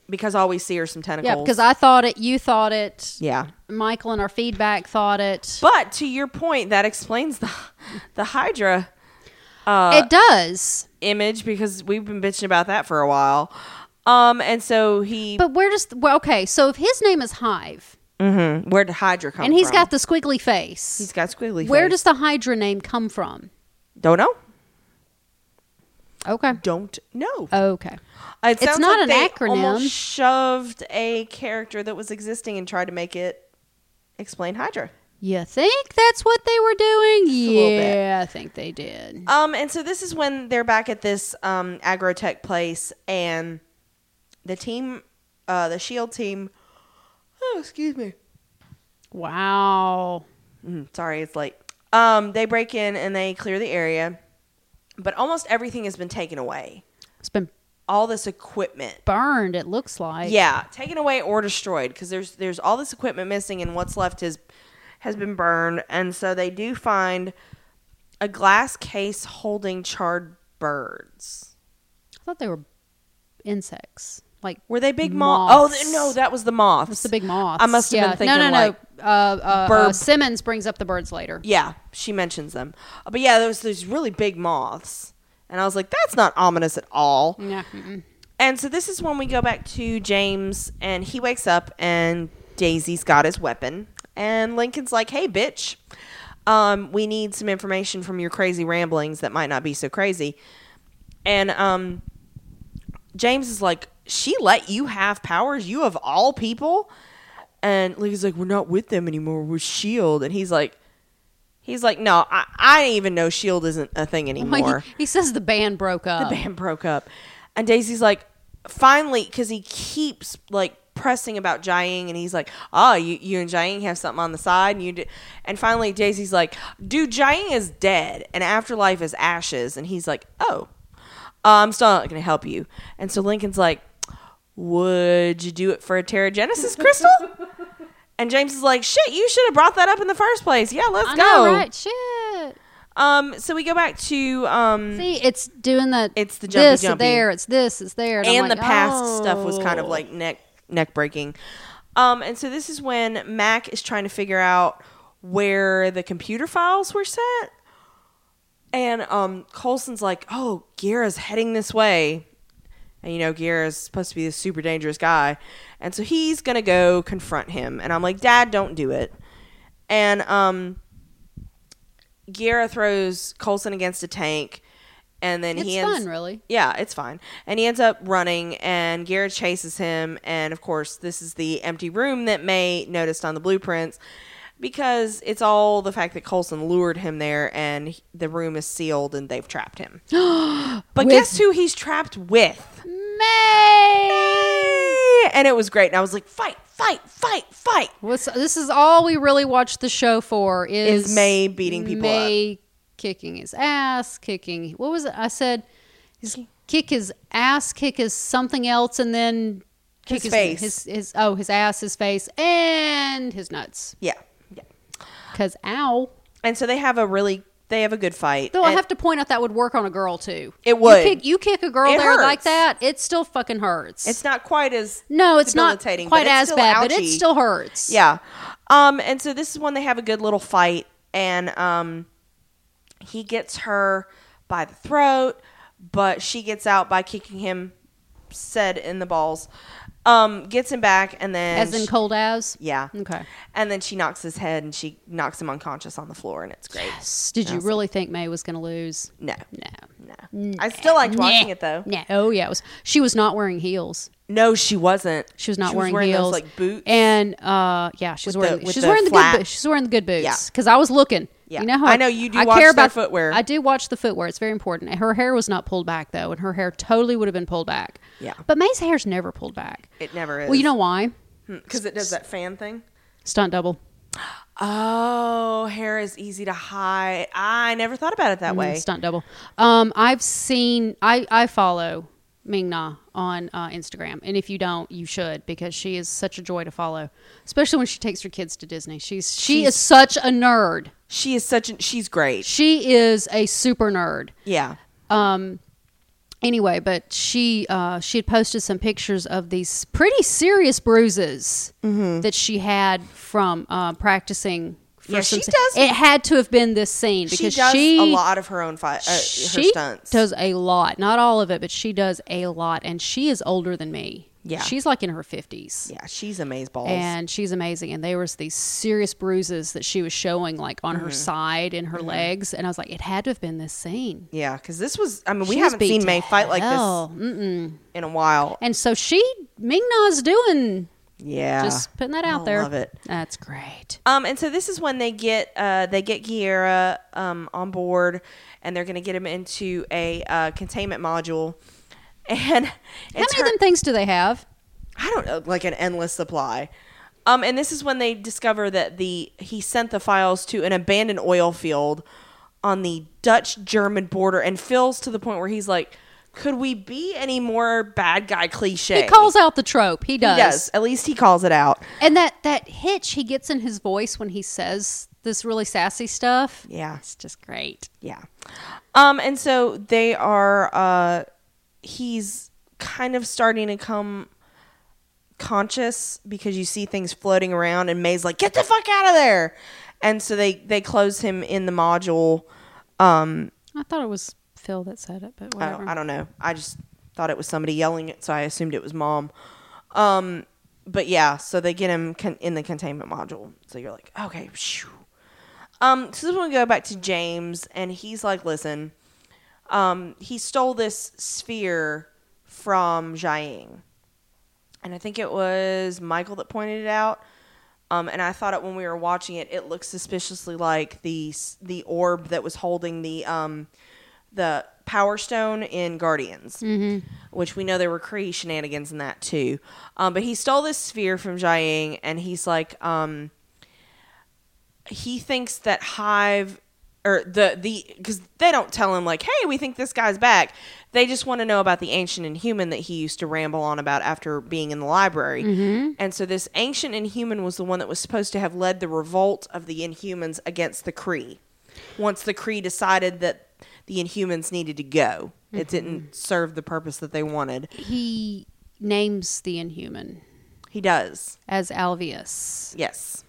A: because all we see are some tentacles.
B: Yeah, because I thought it, you thought it,
A: yeah.
B: Michael and our feedback thought it.
A: But to your point, that explains the the Hydra uh,
B: it does.
A: image because we've been bitching about that for a while. Um, and so he,
B: But where does well, okay? So if his name is Hive
A: Mhm. where did Hydra come?
B: and he's
A: from?
B: got the squiggly face,
A: he's got squiggly.
B: where
A: face.
B: does the Hydra name come from?
A: don't know?
B: Okay,
A: Don't know.
B: okay,
A: It sounds
B: Uh, not
A: like
B: an
A: they
B: acronym.
A: Almost shoved a character that was existing and tried to make it explain Hydra.
B: you think that's what they were doing?
A: little bit.
B: Yeah, I think they did.
A: Um, and so this is when they're back at this um, agrotech place, and the team, uh, the Shield team. Oh, excuse me.
B: Wow.
A: Mm, sorry, it's late. Um, they break in and they clear the area, but almost everything has been taken away.
B: It's been
A: All this equipment.
B: burned. It looks like.
A: Yeah, taken away or destroyed because there's there's all this equipment missing and what's left has has been burned and so they do find a glass case holding charred birds.
B: I thought they were insects. Like
A: Were they big moths? Oh
B: Moths.
A: th- no, that was the moths.
B: it's the big moths.
A: I must have
B: yeah.
A: been thinking
B: No, no,
A: like
B: no. Uh, uh, uh,
A: burp.
B: Simmons brings up the birds later.
A: yeah, she mentions them. Uh, But yeah, there was these really big moths. And I was like, that's not ominous at all.
B: Yeah. mm-mm.
A: And so this is when we go back to James and he wakes up and Daisy's got his weapon. And Lincoln's like, hey, bitch, um, we need some information from your crazy ramblings that might not be so crazy. And um, James is like, she let you have powers, you of all people. And Lincoln's like, we're not with them anymore. We're S.H.I.E.L.D. E And he's like, he's like, no, I, I even know S.H.I.E.L.D. isn't a thing anymore
B: Like, he, he says the band broke up.
A: the band broke up and daisy's like finally because he keeps like pressing about Jiang and he's like oh you, you and Jiang have something on the side and you do. and finally daisy's like dude Jiang is dead and afterlife is ashes and he's like oh uh, i'm still not gonna help you and so lincoln's like would you do it for a Terra Genesis crystal and james is like shit you should have brought that up in the first place yeah let's
B: I
A: go
B: know, right? Shit.
A: um so we go back to um
B: See, it's doing that.
A: It's the
B: this
A: jumpy-jumpy.
B: there. It's this. It's there. I'm
A: and
B: like,
A: the past stuff was kind of
B: oh.
A: like neck neck breaking. Um, and so this is when Mac is trying to figure out where the computer files were set, and um, Colson's like, "Oh, Gira's heading this way," and you know Gira's supposed to be this super dangerous guy, and so he's gonna go confront him, and I'm like, "Dad, don't do it," and um. Gira throws Colson against a tank, and then
B: It's
A: he ends
B: fun, really.
A: yeah, it's fine. And he ends up running, and Garrett chases him. And of course, this is the empty room that May noticed on the blueprints because it's all the fact that Colson lured him there, and he- the room is sealed, and they've trapped him. but guess who he's trapped with?
B: May.
A: And it was great. And I was like, fight, fight, fight, fight.
B: What's, this is all we really watch the show for is,
A: Is May beating people
B: May kicking his ass, kicking. What was it? I said, his, kick his ass, kick his something else, and then kick
A: His face.
B: His, his oh, his ass, his face, and his nuts.
A: Yeah, yeah.
B: Cause ow.
A: And so they have a really, they have a good fight.
B: Though I
A: And-
B: have to point out that would work on a girl too.
A: It would.
B: You kick, you kick a girl
A: It
B: there like
A: hurts.
B: that, it still fucking hurts.
A: It's not quite as
B: no, it's not
A: debilitating, but
B: quite
A: it's
B: as
A: still
B: bad, but it
A: ouchy.
B: still hurts.
A: Yeah. Um, and so this is when they have a good little fight, and um, he gets her by the throat, but she gets out by kicking him, said in the balls, um, gets him back, and then
B: As in
A: she-
B: cold as.
A: yeah,
B: Okay.
A: and then she knocks his head and she knocks him unconscious on the floor, and it's great.
B: Did you really think May was going to lose?
A: No,
B: No.
A: no, I still liked watching
B: Nah.
A: it though.
B: Nah. Oh yeah, it was, she was not wearing heels.
A: No, she wasn't.
B: She was not
A: she
B: wearing,
A: was wearing
B: heels,
A: those like boots.
B: And uh, yeah, she's
A: With
B: wearing
A: the- with
B: she's
A: the
B: wearing the
A: flat-
B: good boots. She's wearing the good
A: Yeah.
B: boots because I was looking.
A: Yeah.
B: you know how
A: I know you do
B: I
A: watch
B: care
A: their
B: about
A: footwear.
B: I do watch the footwear. It's very important. And Her hair was not pulled back though, and her hair totally would have been pulled back.
A: Yeah.
B: but May's hair's never pulled back.
A: it never is.
B: Well, you know why?
A: because it does that fan thing.
B: Stunt double.
A: Oh, hair is easy to hide. I never thought about it that way.
B: Stunt double. Um, I've seen. I I follow Ming Na on uh, Instagram, and if you don't, you should because she is such a joy to follow, especially when she takes her kids to Disney. She's she is such a nerd.
A: She is such an she's great.
B: She is a super nerd.
A: Yeah.
B: Um. Anyway, but she uh, she had posted some pictures of these pretty serious bruises
A: Mm-hmm.
B: that she had from uh, practicing. For
A: Yeah,
B: some
A: she
B: se-
A: does-
B: It had to have been this scene
A: She
B: because
A: does
B: she
A: a lot of her own fi- uh, her
B: she
A: stunts.
B: does a lot. Not all of it, but she does a lot, and she is older than me.
A: Yeah.
B: she's like in her fifties,
A: yeah, she's amaze balls.
B: and she's amazing. And there was these serious bruises that she was showing, like on
A: Mm-hmm.
B: her side and her legs, and I was like, it had to have been this scene.
A: yeah, because this was I mean,
B: She
A: we
B: was
A: haven't
B: beat
A: seen
B: to
A: May fight like
B: hell.
A: this in a while.
B: And so she, Ming Na's doing.
A: Yeah.
B: Just putting that out
A: I
B: there.
A: Ah. Oh, love it.
B: That's great.
A: Um, and so this is when they get uh, they get Kiera um, on board, and they're going to get him into a uh, containment module. And
B: How many of them things do they have?
A: I don't know, like an endless supply. Um, and this is when they discover that the he sent the files to an abandoned oil field on the Dutch German border, and Phil's to the point where he's like, "Could we be any more bad guy cliche?"
B: He calls out the trope. He
A: He
B: does.
A: does. At least he calls it out.
B: And that that hitch he gets in his voice when he says this really sassy stuff.
A: Yeah.
B: It's just great.
A: Yeah. Um, and so they are uh he's kind of starting to come conscious because you see things floating around and May's like, Get the fuck out of there and so they they close him in the module. Um
B: I thought it was Phil that said it, but
A: I
B: whatever.
A: don't, I don't know. I just thought it was somebody yelling it, so I assumed it was mom. Um but yeah, so they get him con- in the containment module. So you're like, okay, phew. Um, so then we go back to James, and he's like, listen, um, he stole this sphere from Jiang. And I think it was Michael that pointed it out. Um, and I thought it when we were watching it, it looked suspiciously like the s- the orb that was holding the um, the Power Stone in Guardians, mm-hmm. which we know there were Kree shenanigans in that too. Um, but he stole this sphere from Jiang, and he's like, um, he thinks that Hive or the the because they don't tell him like, hey, we think this guy's back. They just want to know about the ancient inhuman that he used to ramble on about after being in the library. And so this ancient inhuman was the one that was supposed to have led the revolt of the inhumans against the Kree. Once the Kree decided that the inhumans needed to go, it didn't serve the purpose that they wanted.
B: He names the inhuman
A: He does,
B: as Alvius.
A: yes.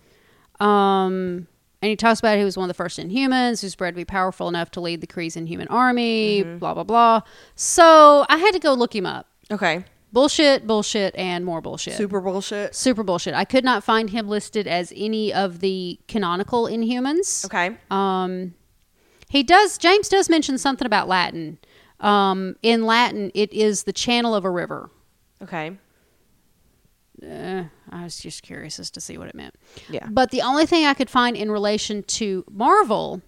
B: Um and he talks about he was one of the first Inhumans who's bred to be powerful enough to lead the Kree's Inhuman army,
A: Mm-hmm.
B: blah blah blah. So I had to go look him up.
A: Okay,
B: Bullshit, bullshit, and more bullshit.
A: super bullshit.
B: Super bullshit. I could not find him listed as any of the canonical Inhumans.
A: Okay,
B: Um, he does. James does mention something about Latin. Um, in Latin, it is the channel of a river.
A: Okay.
B: Uh, I was just curious as to see what it meant.
A: Yeah.
B: But the only thing I could find in relation to Marvel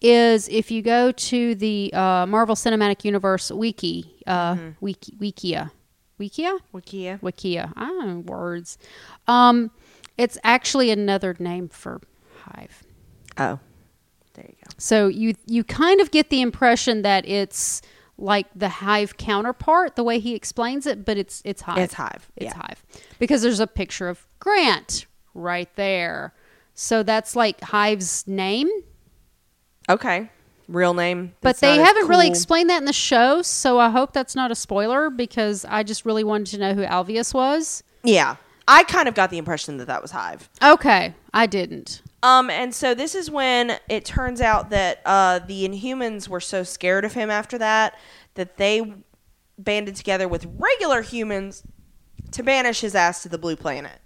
B: is if you go to the uh, Marvel Cinematic Universe wiki, uh,
A: Mm-hmm.
B: wiki, wikia, wikia,
A: Wikia.
B: wikia. I don't know words. Um, it's actually another name for Hive.
A: Oh. There you go.
B: So you you kind of get the impression that it's like the hive counterpart, the way he explains it, but it's it's hive.
A: It's Hive,
B: It's
A: yeah.
B: hive. Because there's a picture of Grant right there. So that's like Hive's name.
A: Okay. Real name.
B: But
A: It's
B: they
A: not as
B: haven't really
A: cool.
B: explained that in the show, so I hope that's not a spoiler because I just really wanted to know who Alvius was.
A: Yeah. I kind of got the impression that that was Hive.
B: Okay, I didn't.
A: Um, and so this is when it turns out that uh, the Inhumans were so scared of him after that that they banded together with regular humans to banish his ass to the Blue Planet.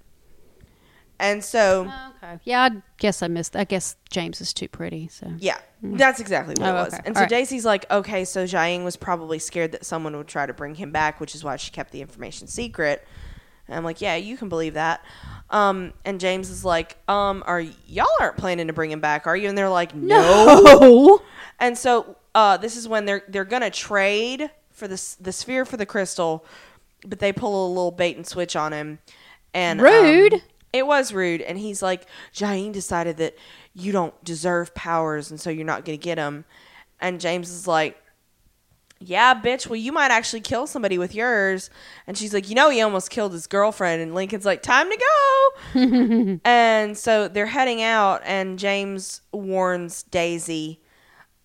A: And
B: Oh.
A: so,
B: Okay. Yeah, I guess I missed. I guess James is too pretty, so.
A: yeah, that's exactly what
B: Oh,
A: it was.
B: okay.
A: And
B: All
A: so
B: right.
A: Daisy's like, okay, so Jiang was probably scared that someone would try to bring him back, which is why she kept the information secret. And I'm like, yeah, you can believe that. Um, and James is like, um, are y'all aren't planning to bring him back, are you? And they're like, no.
B: Oh.
A: And so uh, this is when they're they're gonna trade for the s- the sphere for the crystal, but they pull a little bait and switch on him. And um,
B: Rude.
A: it was rude. And he's like, Jaime decided that you don't deserve powers, and so you're not gonna get them. And James is like, Yeah, bitch. Well, you might actually kill somebody with yours. And she's like, You know, he almost killed his girlfriend. And Lincoln's like, Time to go. And so they're heading out, and James warns Daisy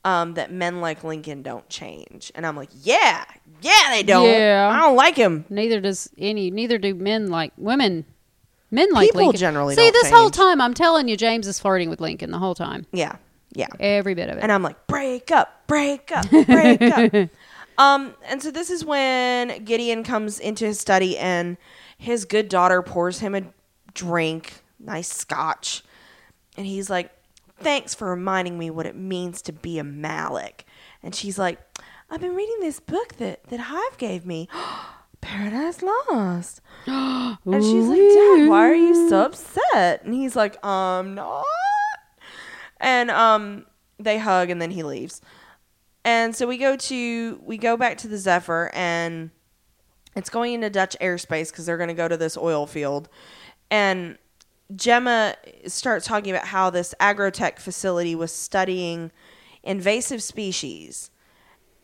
A: um, that men like Lincoln don't change. And I'm like, yeah, yeah, they don't.
B: Yeah.
A: I don't like him.
B: Neither does any. Neither do men like women. Men like
A: People
B: Lincoln.
A: generally
B: see
A: don't
B: this whole
A: change.
B: time. I'm telling you, James is flirting with Lincoln the whole time.
A: Yeah, yeah.
B: Every bit of it.
A: And I'm like, break up, break up, break up. Um, and so this is when Gideon comes into his study, and his good daughter pours him a drink, nice scotch, and he's like, "Thanks for reminding me what it means to be a Malik." And she's like, "I've been reading this book that that Hive gave me." Paradise Lost. and she's like, Dad, why are you so upset? And he's like, I'm not. And um, they hug and then he leaves. And so we go to we go back to the Zephyr and it's going into Dutch airspace because they're going to go to this oil field. And Gemma starts talking about how this agrotech facility was studying invasive species.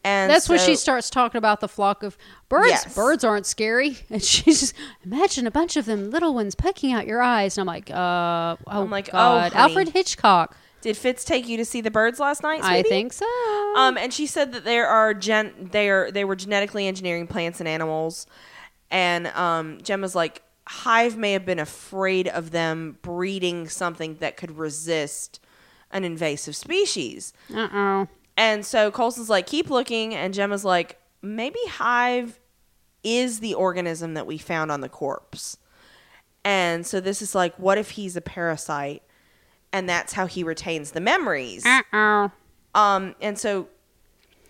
A: And
B: That's when she
A: so-
B: starts talking about the flock of birds.
A: Yes.
B: Birds aren't scary, and she's just imagine a bunch of them little ones poking out your eyes. And I'm like, uh, oh
A: I'm like, oh,
B: God,
A: honey.
B: Alfred Hitchcock.
A: Did Fitz take you to see the birds last night?
B: I
A: sweetie?
B: think so.
A: Um, and she said that there are gen they are they were genetically engineering plants and animals, and um, Gemma's like Hive may have been afraid of them breeding something that could resist an invasive species,
B: uh oh.
A: and so Colson's like keep looking, and Gemma's like maybe Hive is the organism that we found on the corpse, and so this is like what if he's a parasite, and that's how he retains the memories.
B: Uh oh.
A: Um, and so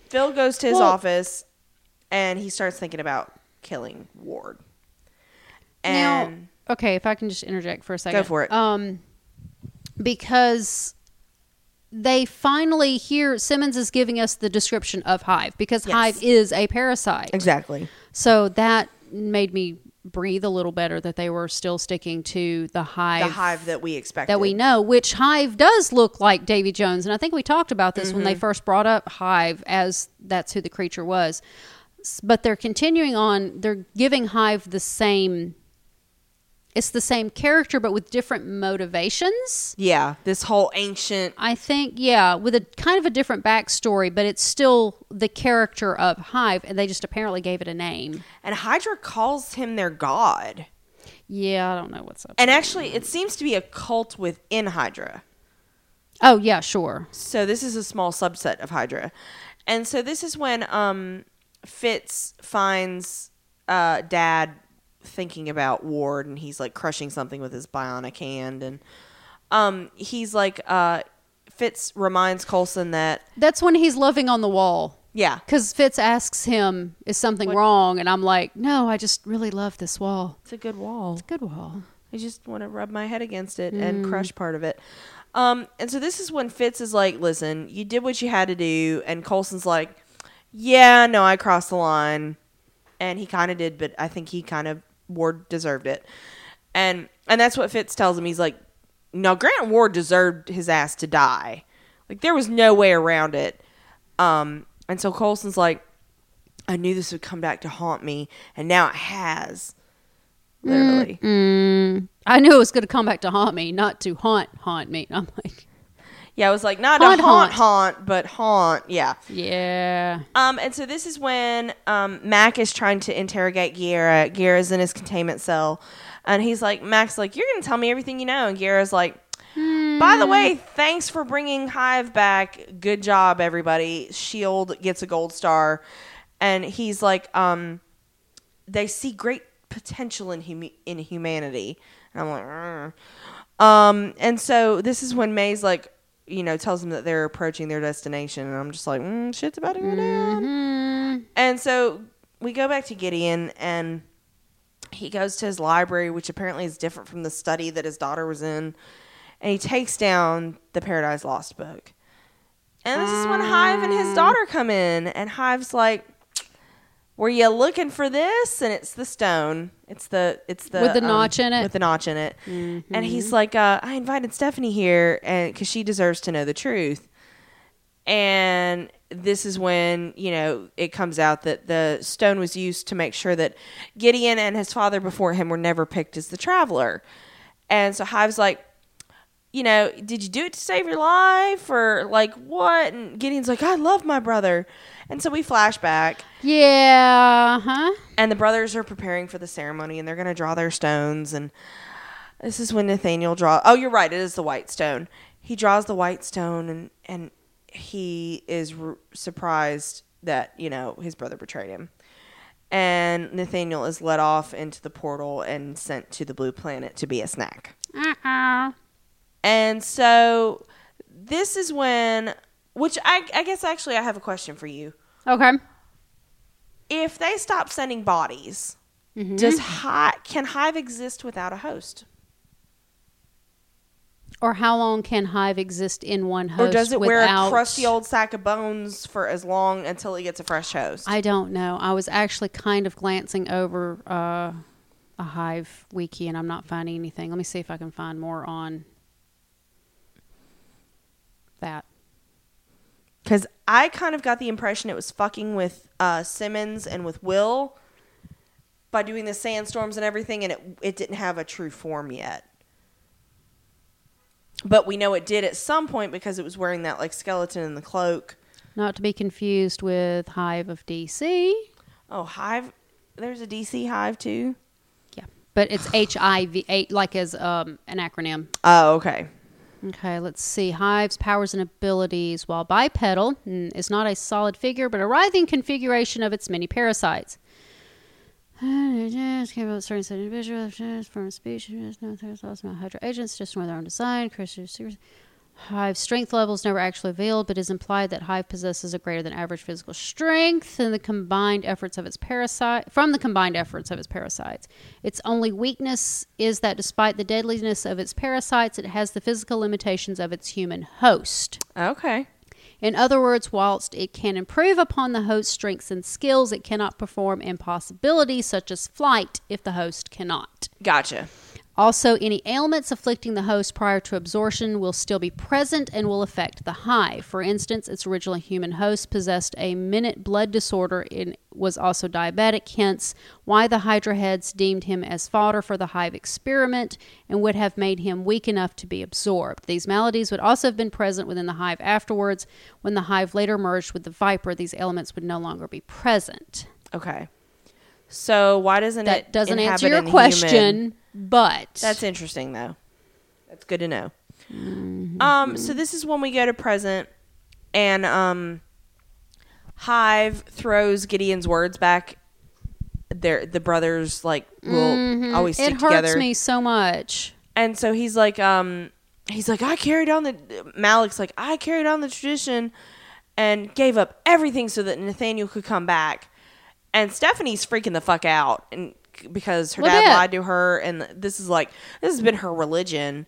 A: Phil goes to his
B: Well-
A: office and he starts thinking about killing Ward. And
B: now, okay, if I can just interject for a second.
A: for it.
B: Um, because they finally hear Simmons is giving us the description of Hive because
A: Yes.
B: Hive is a parasite.
A: exactly.
B: So that made me breathe a little better that they were still sticking to the Hive.
A: The hive that we expected.
B: that we know, which Hive does look like Davy Jones, and I think we talked about this when they first brought up Hive as that's who the creature was. S- But they're continuing on; they're giving Hive the same. It's the same character, but with different motivations.
A: Yeah. This whole ancient
B: I think, yeah, with a kind of a different backstory, but it's still the character of Hive, and they just apparently gave it a name.
A: and Hydra calls him their god.
B: Yeah, I don't know what's up.
A: And actually it seems to be a cult within Hydra.
B: Oh yeah, sure.
A: So this is a small subset of Hydra. And so this is when um Fitz finds uh dad thinking about Ward and he's like crushing something with his bionic hand and um he's like uh Fitz reminds Colson that
B: That's when he's loving on the wall.
A: Yeah.
B: Because Fitz asks him, "Is something wrong?" And I'm like, "No, I just really love this wall.
A: It's a good wall.
B: Good wall."
A: I just want to rub my head against it and crush part of it. Um, and so this is when Fitz is like, listen, you did what you had to do. And Colson's like, yeah, no, I crossed the line. And he kind of did, but I think he kind of, Ward deserved it. And, and that's what Fitz tells him. He's like, no, Grant Ward deserved his ass to die. Like, there was no way around it. Um, and so Colson's like, I knew this would come back to haunt me. And now it has. Literally.
B: Mm, I knew it was going to come back to haunt me, not to haunt haunt me. I'm like,
A: Yeah, it was like not
B: Haunt,
A: a haunt,
B: haunt.
A: haunt, but haunt. Yeah.
B: yeah,
A: Um, and so this is when um, Mac is trying to interrogate Guerra. Guerra's in his containment cell, and he's like, Mac's like, "You're gonna tell me everything you know," and Guerra's like. By the way, thanks for bringing Hive back. Good job, everybody. Shield gets a gold star, and he's like, um, they see great potential in hum- in humanity. And I'm like, "Arr." um, and so this is when May's like, you know, tells them that they're approaching their destination, and I'm just like, mm, shit's about to go down. And so we go back to Gideon, and he goes to his library, which apparently is different from the study that his daughter was in, and he takes down the Paradise Lost book. And this is when Hive and
B: Mm.
A: his daughter come in, and Hive's like, "Were you looking for this?" And it's the stone. It's the it's the um,
B: With the notch in it? Mm-hmm.
A: With the notch in it. And he's like, uh, "I invited Stephanie here, and because she deserves to know the truth." and this is when you know it comes out that the stone was used to make sure that gideon and his father before him were never picked as the traveler and so hive's like you know did you do it to save your life or like what and gideon's like i love my brother and so we flash back
B: yeah, huh?
A: and the brothers are preparing for the ceremony and they're going to draw their stones and this is when nathaniel draw oh you're right it is the white stone he draws the white stone and and he is r- surprised that you know his brother betrayed him and nathaniel is let off into the portal and sent to the blue planet to be a snack
B: Uh-uh.
A: and so this is when which i, I guess actually i have a question for you
B: Okay.
A: if they stop sending bodies,
B: Mm-hmm.
A: does Hive can Hive exist without a host,
B: Or how long can Hive exist in one host?
A: or does it
B: without...
A: wear a crusty old sack of bones for as long until it gets a fresh host?
B: I don't know. I was actually kind of glancing over uh, a Hive wiki, and I'm not finding anything. Let me see if I can find more on that.
A: Because I kind of got the impression it was fucking with uh, Simmons and with Will by doing the sandstorms and everything, and it it didn't have a true form yet. But we know it did at some point because it was wearing that like skeleton in the cloak.
B: Not to be confused with Hive of DC.
A: Oh, Hive. There's a DC Hive too.
B: Yeah, but it's HIV, eight, like as um, an acronym.
A: Oh, okay.
B: Okay, let's see. Hive's powers and abilities. While bipedal, mm, is not a solid figure, but a writhing configuration of its many parasites. Capable of certain set individual form of speech. No, there's also no hydra agents, just one of their own design. Christian secrets. Hive strength level is never actually revealed, but is implied that Hive possesses a greater than average physical strength and the combined efforts of its parasite from the combined efforts of its parasites. Its only weakness is that despite the deadliness of its parasites, it has the physical limitations of its human host.
A: Okay.
B: In other words, whilst it can improve upon the host's strengths and skills, it cannot perform impossibilities such as flight if the host cannot.
A: Gotcha.
B: Also, any ailments afflicting the host prior to absorption will still be present and will affect the hive. For instance, its original human host possessed a minute blood disorder and was also diabetic, hence why the Hydra heads deemed him as fodder for the hive experiment and would have made him weak enough to be absorbed. These maladies would also have been present within the hive afterwards. When the hive later merged with the viper, these elements would no longer be present.
A: Okay. So why doesn't
B: That
A: it
B: doesn't
A: inhabit
B: answer your
A: an human?
B: question, but.
A: That's interesting though. That's good to know. Um, so this is when we go to present, and um, Hive throws Gideon's words back. They're, the brothers like will always stick
B: Mm-hmm. it hurts
A: together.
B: me so much.
A: and so he's like um he's like i carried on the malek's like i carried on the tradition and gave up everything so that Nathaniel could come back. And Stephanie's freaking the fuck out and because her
B: Well,
A: dad
B: yeah.
A: lied to her and this is like this has been her religion.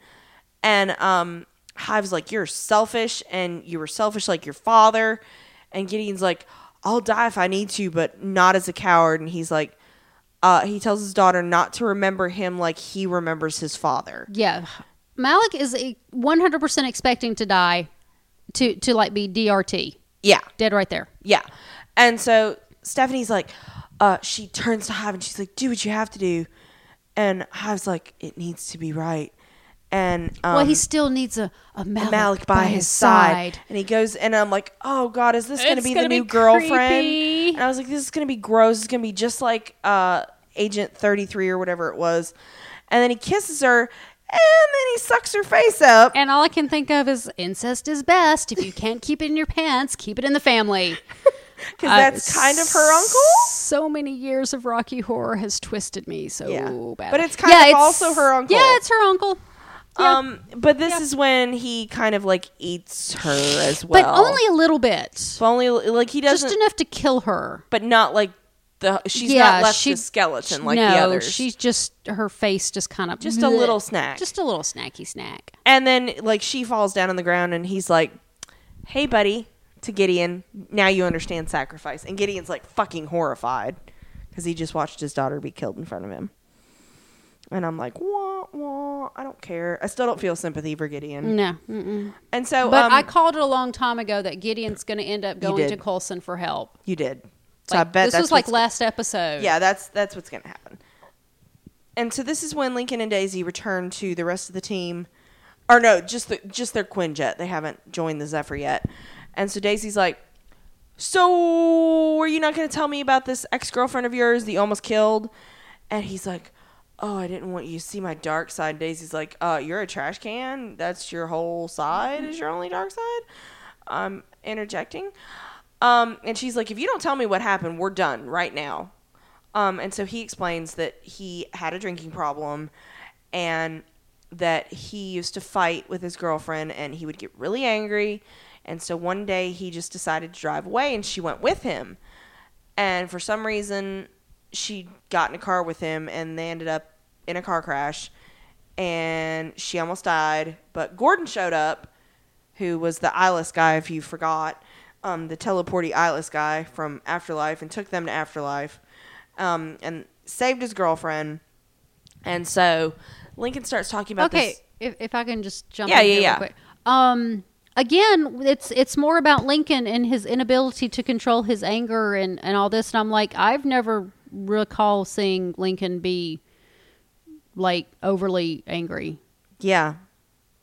A: And um Hive's like you're selfish and you were selfish like your father and Gideon's like I'll die if I need to but not as a coward and he's like uh, he tells his daughter not to remember him like he remembers his father.
B: Yeah. Malik is a- 100% expecting to die to to like be DRT.
A: Yeah.
B: Dead right there.
A: Yeah. And so Stephanie's like, uh, she turns to Hive and she's like, do what you have to do. And Hive's like, it needs to be right. And um,
B: well, he still needs a a Malik,
A: Malik by, his side. And he goes, and I'm like, oh God, is this going to
B: It's
A: be the
B: gonna
A: new
B: be
A: girlfriend?
B: creepy.
A: And I was like, this is going to be gross. It's going to be just like uh, Agent 33 or whatever it was. And then he kisses her, and then he sucks her face up.
B: And all I can think of is incest is best. If you can't keep it in your pants, keep it in the family.
A: Because
B: Uh,
A: that's kind of her uncle.
B: So many years of Rocky Horror has twisted me so
A: Yeah.
B: bad.
A: But it's kind of also her uncle.
B: Yeah, it's her uncle. Yeah.
A: Um, but this is when he kind of like eats her as well.
B: but only a little bit.
A: If only like he doesn't,
B: Just enough to kill her.
A: but not like the she's not left
B: she-
A: a skeleton like
B: no,
A: the others.
B: she's just her face just kind of
A: Just a little snack.
B: just a little snacky snack.
A: and then like she falls down on the ground, and he's like, "Hey, buddy," to Gideon. Now you understand sacrifice. And Gideon's like fucking horrified because he just watched his daughter be killed in front of him. And I'm like, wah wah. I don't care. I still don't feel sympathy for Gideon.
B: No, mm-mm.
A: And so,
B: Mm. but
A: um,
B: I called it a long time ago that Gideon's going to end up going
A: did.
B: to Colson for help.
A: you did. So
B: Like,
A: I bet
B: this
A: that's
B: was like
A: what's-
B: last episode.
A: Yeah, that's that's what's going to happen. And so this is when Lincoln and Daisy return to the rest of the team, or no, just the, just their Quinjet. They haven't joined the Zephyr yet, and so Daisy's like, "So are you not going to tell me about this ex girlfriend of yours that you almost killed?" And he's like, "Oh, I didn't want you to see my dark side." Daisy's like, "Uh, you're a trash can. That's your whole side is your only dark side." I'm interjecting, um, and she's like, "If you don't tell me what happened, we're done right now." Um, and so he explains that he had a drinking problem and that he used to fight with his girlfriend and he would get really angry. And so one day he just decided to drive away and she went with him. And for some reason, she got in a car with him and they ended up in a car crash and she almost died. But Gordon showed up, who was the eyeless guy, if you forgot, um, the teleporty eyeless guy from Afterlife, and took them to Afterlife um, and saved his girlfriend. And so Lincoln starts talking about
B: okay,
A: this.
B: if, if I can just jump
A: Yeah,
B: in
A: yeah,
B: here
A: yeah.
B: real quick. Um, again, it's it's more about Lincoln and his inability to control his anger and, and all this. And I'm like, I've never recall seeing Lincoln be like overly angry,
A: Yeah.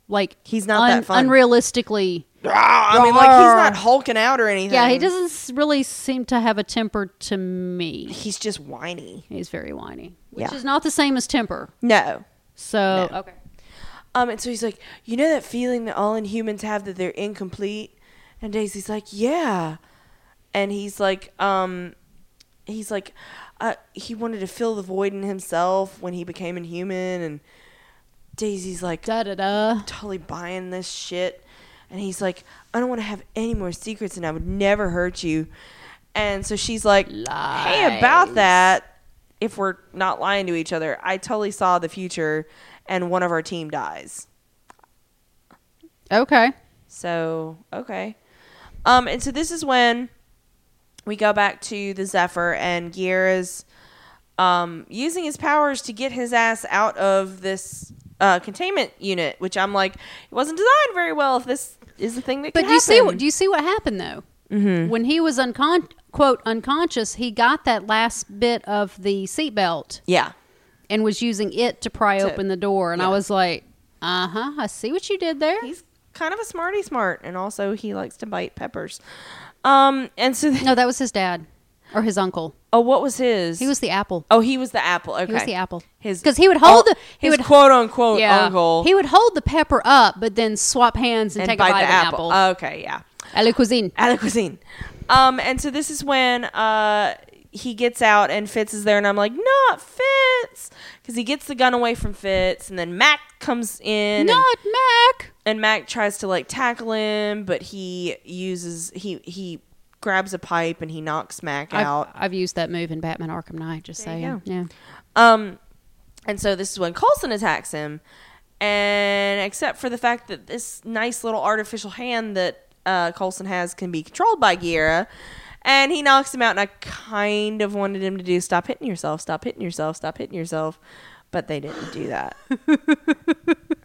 B: like
A: He's not that fun.
B: unrealistically.
A: Ah, I mean, like, he's not hulking out or anything.
B: Yeah, he doesn't s- really seem to have a temper to me.
A: He's just whiny.
B: He's very whiny, which
A: Yeah.
B: is not the same as temper.
A: No.
B: So
A: No.
B: okay.
A: Um, and so he's like, you know that feeling that all inhumans have that they're incomplete? And Daisy's like, yeah. And he's like, um, he's like, uh, he wanted to fill the void in himself when he became inhuman. And Daisy's like,
B: Da da da.
A: totally buying this shit. And he's like, I don't want to have any more secrets and I would never hurt you. And so she's like, Hey, about that, if we're not lying to each other, I totally saw the future and one of our team dies.
B: Okay.
A: So, okay. Um, and so this is when we go back to the Zephyr and Gears um, using his powers to get his ass out of this uh, containment unit, which I'm like, it wasn't designed very well if this is the thing that
B: But
A: could
B: do you see
A: happen.
B: what do you see what happened though?
A: Mm-hmm.
B: When he was uncon quote unconscious, he got that last bit of the seatbelt
A: yeah.
B: and was using it to pry
A: To-
B: open the door, and I
A: yeah.
B: was like, "Uh huh, I see what you did there."
A: He's kind of a smarty smart and also he likes to bite peppers. Um, and so,
B: no, that was his dad or his uncle.
A: oh, what was his?
B: He was the apple.
A: oh, he was the apple. Okay.
B: He was the apple.
A: His-
B: because he would hold
A: oh,
B: the he
A: his
B: would
A: quote unquote
B: yeah,
A: uncle.
B: He would hold the pepper up, but then swap hands and,
A: and
B: take
A: bite
B: a bite
A: the
B: of an
A: apple.
B: apple.
A: Uh, Okay, yeah.
B: A la cuisine.
A: At la cuisine. Um, and so this is when uh, he gets out and Fitz is there, and I'm like, not Fitz, because he gets the gun away from Fitz, and then Mac comes in. and-
B: Not Mac.
A: and Mac tries to like tackle him, but he uses he he grabs a pipe and he knocks Mac
B: I've,
A: out.
B: I've used that move in Batman Arkham Knight. Just
A: There you
B: saying. Yeah.
A: Um, and so this is when Coulson attacks him, and except for the fact that this nice little artificial hand that uh, Coulson has can be controlled by Gira, and he knocks him out. And I kind of wanted him to do stop hitting yourself, stop hitting yourself, stop hitting yourself, but they didn't do that.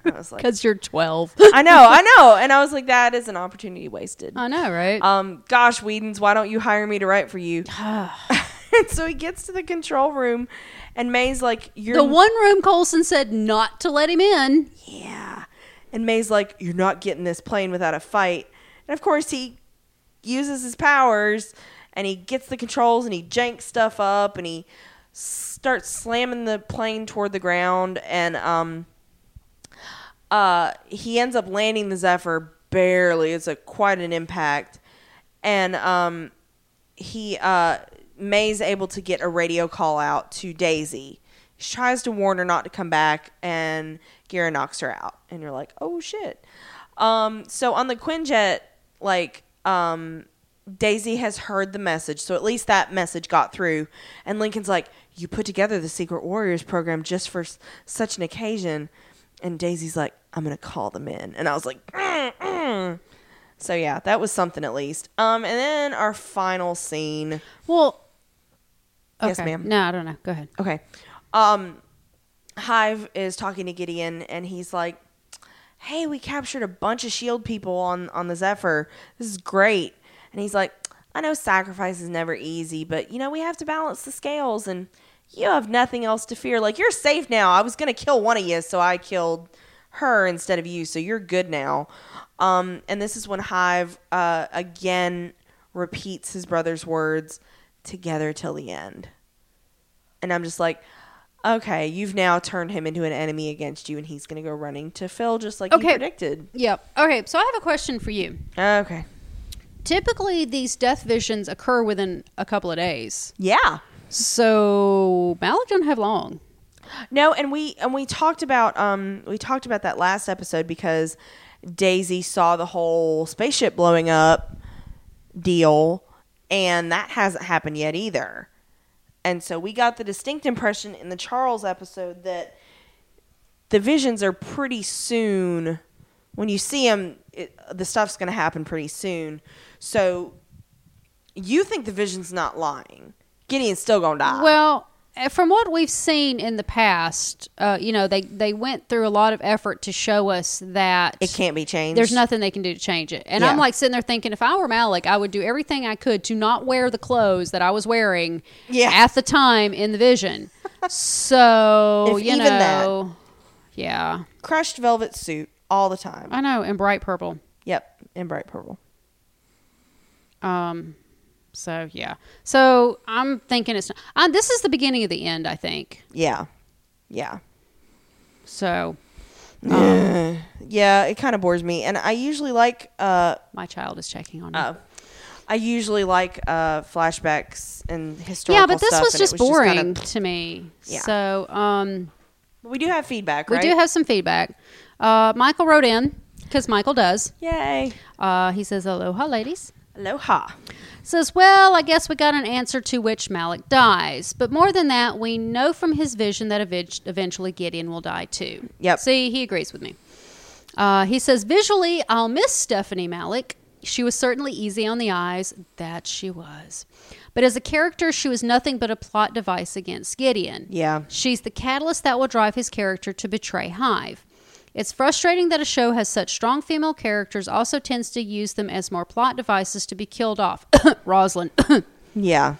A: I was like,
B: Because you're 12.
A: I know, I know, and I was like, that is an opportunity wasted.
B: I know, right?
A: Um, gosh, Whedon's, why don't you hire me to write for you? and so he gets to the control room, and May's like, "You're
B: the one room Colson said not to let him in.
A: yeah," and May's like, "You're not getting this plane without a fight." And of course, he uses his powers, and he gets the controls, and he janks stuff up, and he starts slamming the plane toward the ground, and um, uh, he ends up landing the Zephyr barely. It's a quite an impact, and um, he uh, May's able to get a radio call out to Daisy. She tries to warn her not to come back, and Gara knocks her out. And you're like, oh shit. Um, so on the Quinjet, like, um, Daisy has heard the message, so at least that message got through. And Lincoln's like, "You put together the Secret Warriors program just for s- such an occasion," and Daisy's like, "I'm gonna call them in," and I was like, mm, mm. "So yeah, that was something at least." Um, and then our final scene.
B: Well, okay.
A: Yes, ma'am.
B: No, I don't know. Go ahead.
A: Okay. Um, Hive is talking to Gideon, and he's like, "Hey, we captured a bunch of Shield E people on on the Zephyr. This is great." And he's like, "I know sacrifice is never easy, but you know we have to balance the scales, and you have nothing else to fear. Like you're safe now. I was gonna kill one of you, so I killed her instead of you, so you're good now." Um, and this is when Hive uh, again repeats his brother's words, "Together till the end." And I'm just like, okay, you've now turned him into an enemy against you, and he's going to go running to Phil just like you
B: Okay.
A: predicted.
B: Yep. Okay. So I have a question for you.
A: Okay.
B: Typically, these death visions occur within a couple of days.
A: Yeah.
B: So Malik don't have long.
A: No, and we and we talked about um we talked about that last episode because Daisy saw the whole spaceship blowing up deal, and that hasn't happened yet either. And so we got the distinct impression in the Charles episode that the visions are pretty soon. When you see them, it, the stuff's going to happen pretty soon. So you think the vision's not lying? Gideon's still going to die.
B: Well, eh, from what we've seen in the past, uh, you know, they, they went through a lot of effort to show us that
A: it can't be changed.
B: there's nothing they can do to change it. And I'm
A: Yeah.
B: like sitting there thinking, if I were Malik, I would do everything I could to not wear the clothes that I was wearing
A: Yeah.
B: at the time in the vision. so,
A: If
B: you
A: even that.
B: know, yeah,
A: crushed velvet suit all the time.
B: I know, in bright purple.
A: Yep, in bright purple.
B: Um, so yeah, so I'm thinking it's uh, this is the beginning of the end, I think.
A: Yeah, yeah,
B: So
A: yeah. It kind of bores me, and I usually like uh,
B: my child is checking on me.
A: uh I usually like uh flashbacks and historical.
B: yeah, but this
A: stuff,
B: was
A: and it
B: just
A: kinda-
B: boring to me.
A: Yeah.
B: So um,
A: But we do have feedback,
B: we
A: right?
B: do have some feedback. Uh, Michael wrote in because Michael does.
A: Yay!
B: Uh, he says, "Aloha, ladies."
A: Aloha.
B: Says, well, I guess we got an answer to which Malik dies. But more than that, we know from his vision that ev- eventually Gideon will die too.
A: Yep.
B: See, he agrees with me. Uh, he says, visually, I'll miss Stephanie Malik. She was certainly easy on the eyes. That she was. But as a character, she was nothing but a plot device against Gideon.
A: Yeah.
B: She's the catalyst that will drive his character to betray Hive. It's frustrating that a show has such strong female characters also tends to use them as more plot devices to be killed off. Rosalind. uh,
A: Yeah,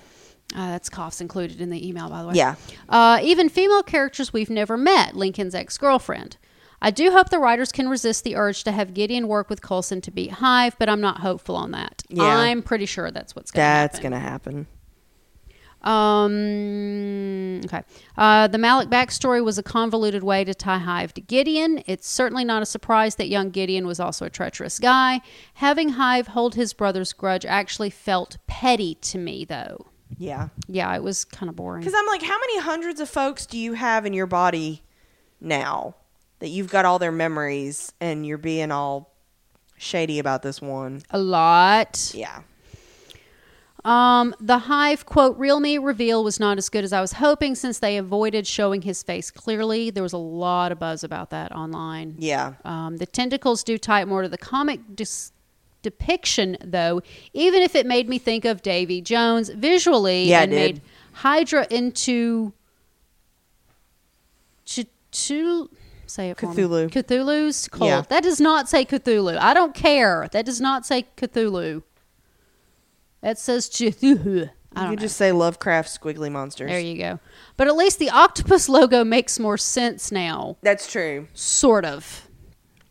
B: that's coughs included in the email, by the way.
A: Yeah.
B: Uh, even female characters we've never met, Lincoln's ex girlfriend. I do hope the writers can resist the urge to have Gideon work with Coulson to beat Hive, but I'm not hopeful on that.
A: Yeah.
B: I'm pretty sure that's what's going to happen.
A: that's gonna happen.
B: Um, okay. Uh, the Malik backstory was a convoluted way to tie Hive to Gideon. It's certainly not a surprise that young Gideon was also a treacherous guy. Having Hive hold his brother's grudge actually felt petty to me, though.
A: Yeah,
B: Yeah, it was kind of boring.
A: because I'm like, how many hundreds of folks do you have in your body now? that you've got all their memories and you're being all shady about this one.
B: A lot.
A: Yeah.
B: Um, the Hive quote, real me reveal was not as good as I was hoping since they avoided showing his face clearly. There was a lot of buzz about that online.
A: Yeah.
B: Um, the tentacles do tie it more to the comic dis- depiction, though, even if it made me think of Davy Jones visually
A: Yeah, it
B: and
A: did.
B: made Hydra into. Chitul- say it for me.
A: Cthulhu.
B: Cthulhu's cult.
A: Yeah.
B: That does not say Cthulhu. I don't care. That does not say Cthulhu. That says Cthulhu. I
A: You
B: don't
A: could
B: know.
A: just say Lovecraft squiggly monsters.
B: There you go. But at least the octopus logo makes more sense now.
A: That's true.
B: Sort of.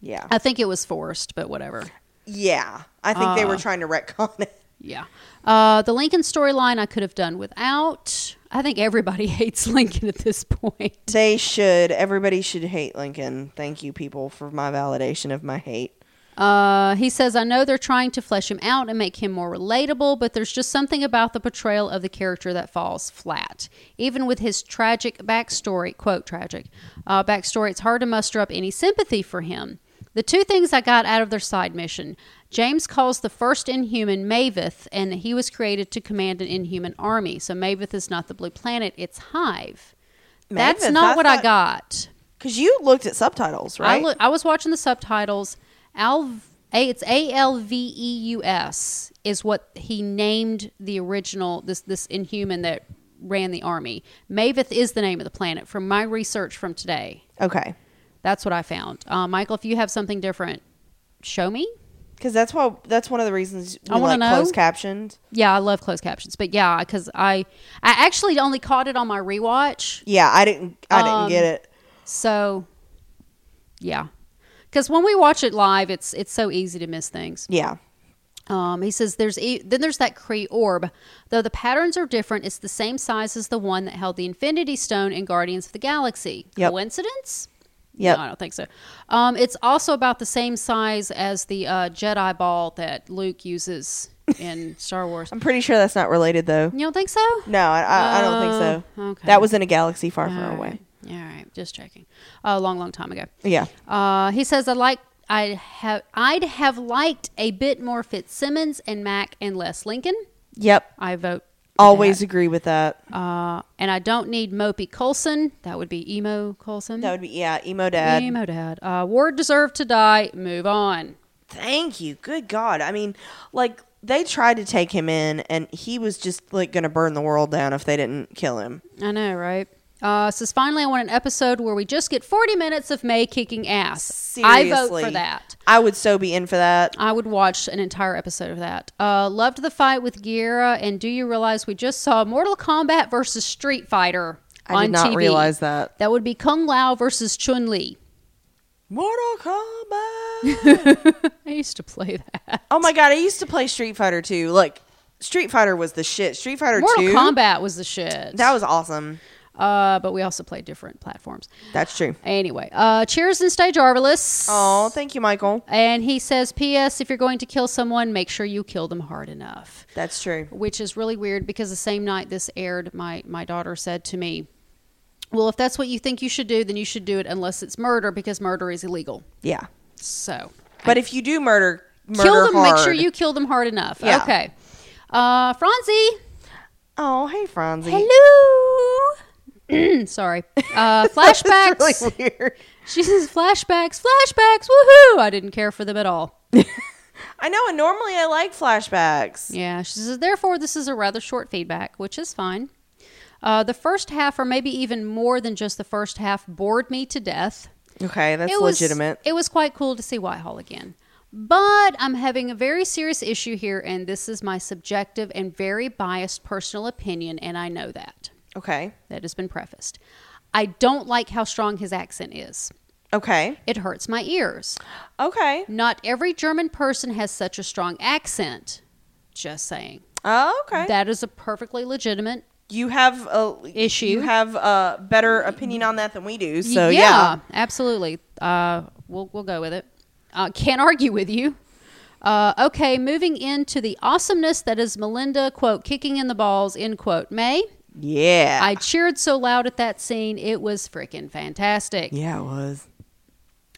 A: Yeah.
B: I think it was forced, but whatever.
A: Yeah. I think they
B: uh.
A: were trying to retcon it.
B: Yeah. Uh, the Lincoln storyline I could have done without. I think everybody hates Lincoln at this point.
A: They should. Everybody should hate Lincoln. Thank you, people, for my validation of my hate.
B: Uh, he says, I know they're trying to flesh him out and make him more relatable, but there's just something about the portrayal of the character that falls flat. Even with his tragic backstory, quote, tragic uh, backstory, it's hard to muster up any sympathy for him. The two things I got out of their side mission James calls the first inhuman Maveth, and he was created to command an inhuman army. So Maveth is not the blue planet, it's Hive. That's
A: Maveth,
B: not
A: I
B: what I
A: thought-
B: got.
A: Because you looked at subtitles, right?
B: I, look, I was watching the subtitles. Al, a, it's A L V E U S is what he named the original this this inhuman that ran the army. Maveth is the name of the planet from my research from today.
A: okay.
B: That's what I found. Uh, Michael, if you have something different, show me.
A: Because that's why. That's one of the reasons we
B: I wanna
A: like
B: know.
A: closed captioned.
B: Yeah, I love closed captions, but yeah, because I I actually only caught it on my rewatch.
A: Yeah, I didn't. I didn't
B: Um,
A: get it.
B: So, yeah, because when we watch it live, it's it's so easy to miss things.
A: Yeah.
B: Um, he says there's e- then there's that Kree orb. Though the patterns are different, it's the same size as the one that held the Infinity Stone in Guardians of the Galaxy.
A: Yep.
B: Coincidence?
A: Yep.
B: No, I don't think so. Um, it's also about the same size as the uh, Jedi ball that Luke uses in Star Wars.
A: I'm pretty sure that's not related though.
B: You don't think so?
A: No, I, I, I don't think so.
B: Oh, okay.
A: That was in a galaxy far, far
B: All
A: away.
B: right. All right, just checking. A long, long time ago.
A: Yeah.
B: Uh, he says I like I have I'd have liked a bit more Fitzsimmons and Mac and less Lincoln.
A: Yep.
B: I vote for
A: Always
B: that.
A: agree with that.
B: Uh, and I don't need Mopey Colson. That would be emo Colson.
A: That would be yeah. Emo dad.
B: emo dad. Uh, Ward deserved to die. Move on.
A: Thank you. Good God. I mean, like they tried to take him in, and he was just like going to burn the world down if they didn't kill him.
B: I know, right? Uh, says finally, I want an episode where we just get forty minutes of May kicking ass.
A: Seriously,
B: I vote for that.
A: I would so be in for that.
B: I would watch an entire episode of that. Uh, loved the fight with Gira, and do you realize we just saw Mortal Kombat versus Street Fighter
A: I
B: on
A: did not
B: TV?
A: realize that.
B: That would be Kung Lao versus Chun Li.
A: Mortal Kombat.
B: I used to play that.
A: oh my God, I used to play Street Fighter 2. Like Street Fighter was the shit. Street Fighter
B: Mortal
A: 2.
B: Kombat was the shit.
A: That was awesome.
B: uh, but we also play different platforms.
A: That's true.
B: Anyway, uh, cheers and stay Jarvelous.
A: Oh, thank you, Michael.
B: And he says, P.S. If you're going to kill someone, make sure you kill them hard enough.
A: That's true.
B: Which is really weird because the same night this aired, my, my daughter said to me, Well, if that's what you think you should do, then you should do it unless it's murder because murder is illegal.
A: Yeah.
B: So
A: But if you do murder, murder
B: kill them, make sure
A: hard.
B: you kill them hard enough.
A: Yeah.
B: Okay. Uh, Franzi,
A: Oh, hey, Franzi.
B: Hello. Sorry. Uh, flashbacks.
A: That's really weird.
B: She says flashbacks, flashbacks. Woohoo! I didn't care for them at all.
A: I know, and normally I like flashbacks.
B: Yeah, she says. Therefore, this is a rather short feedback, which is fine. Uh, the first half, or maybe even more than just the first half, bored me to death.
A: Okay, that's
B: it was
A: legitimate.
B: It was quite cool to see Whitehall again. But I'm having a very serious issue here, and this is my subjective and very biased personal opinion, and I know that.
A: Okay.
B: That has been prefaced. I don't like how strong his accent is.
A: Okay.
B: It hurts my ears.
A: Okay.
B: Not every German person has such a strong accent. Just saying.
A: Oh, okay.
B: That is a perfectly legitimate.
A: you have a
B: Issue.
A: You have a better opinion on that than we do. So yeah.
B: absolutely. Uh, we'll we'll go with it. Uh, can't argue with you. Uh, okay, moving into the awesomeness that is Melinda quote kicking in the balls end quote May.
A: Yeah. Ah.
B: I cheered so loud at that scene; it was freaking fantastic.
A: yeah, it was.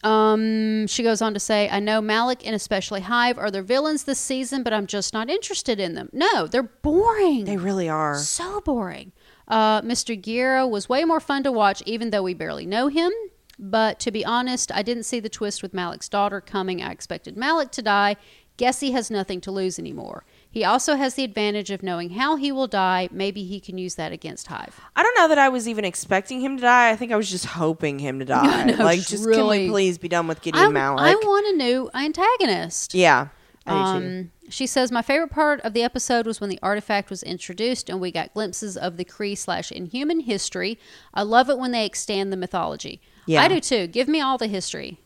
B: Um, she goes on to say, I know Malik and especially Hive are their villains this season, but I'm just not interested in them. No, they're boring.
A: They really are.
B: So boring. Uh, Mr. Guerra was way more fun to watch, even though we barely know him. But to be honest, I didn't see the twist with Malik's daughter coming. I expected Malik to die. Guess he has nothing to lose anymore. He also has the advantage of knowing how he will die. Maybe he can use that against Hive.
A: I don't know that I was even expecting him to die. I think I was just hoping him to die.
B: No,
A: like,
B: just
A: just can
B: really-
A: we please be done with Gideon
B: I,
A: Malik?
B: I want a new antagonist.
A: yeah. I do too.
B: Um, she says, My favorite part of the episode was when the artifact was introduced and we got glimpses of the Cree slash inhuman history. I love it when they extend the mythology.
A: Yeah.
B: I do too. Give me all the history.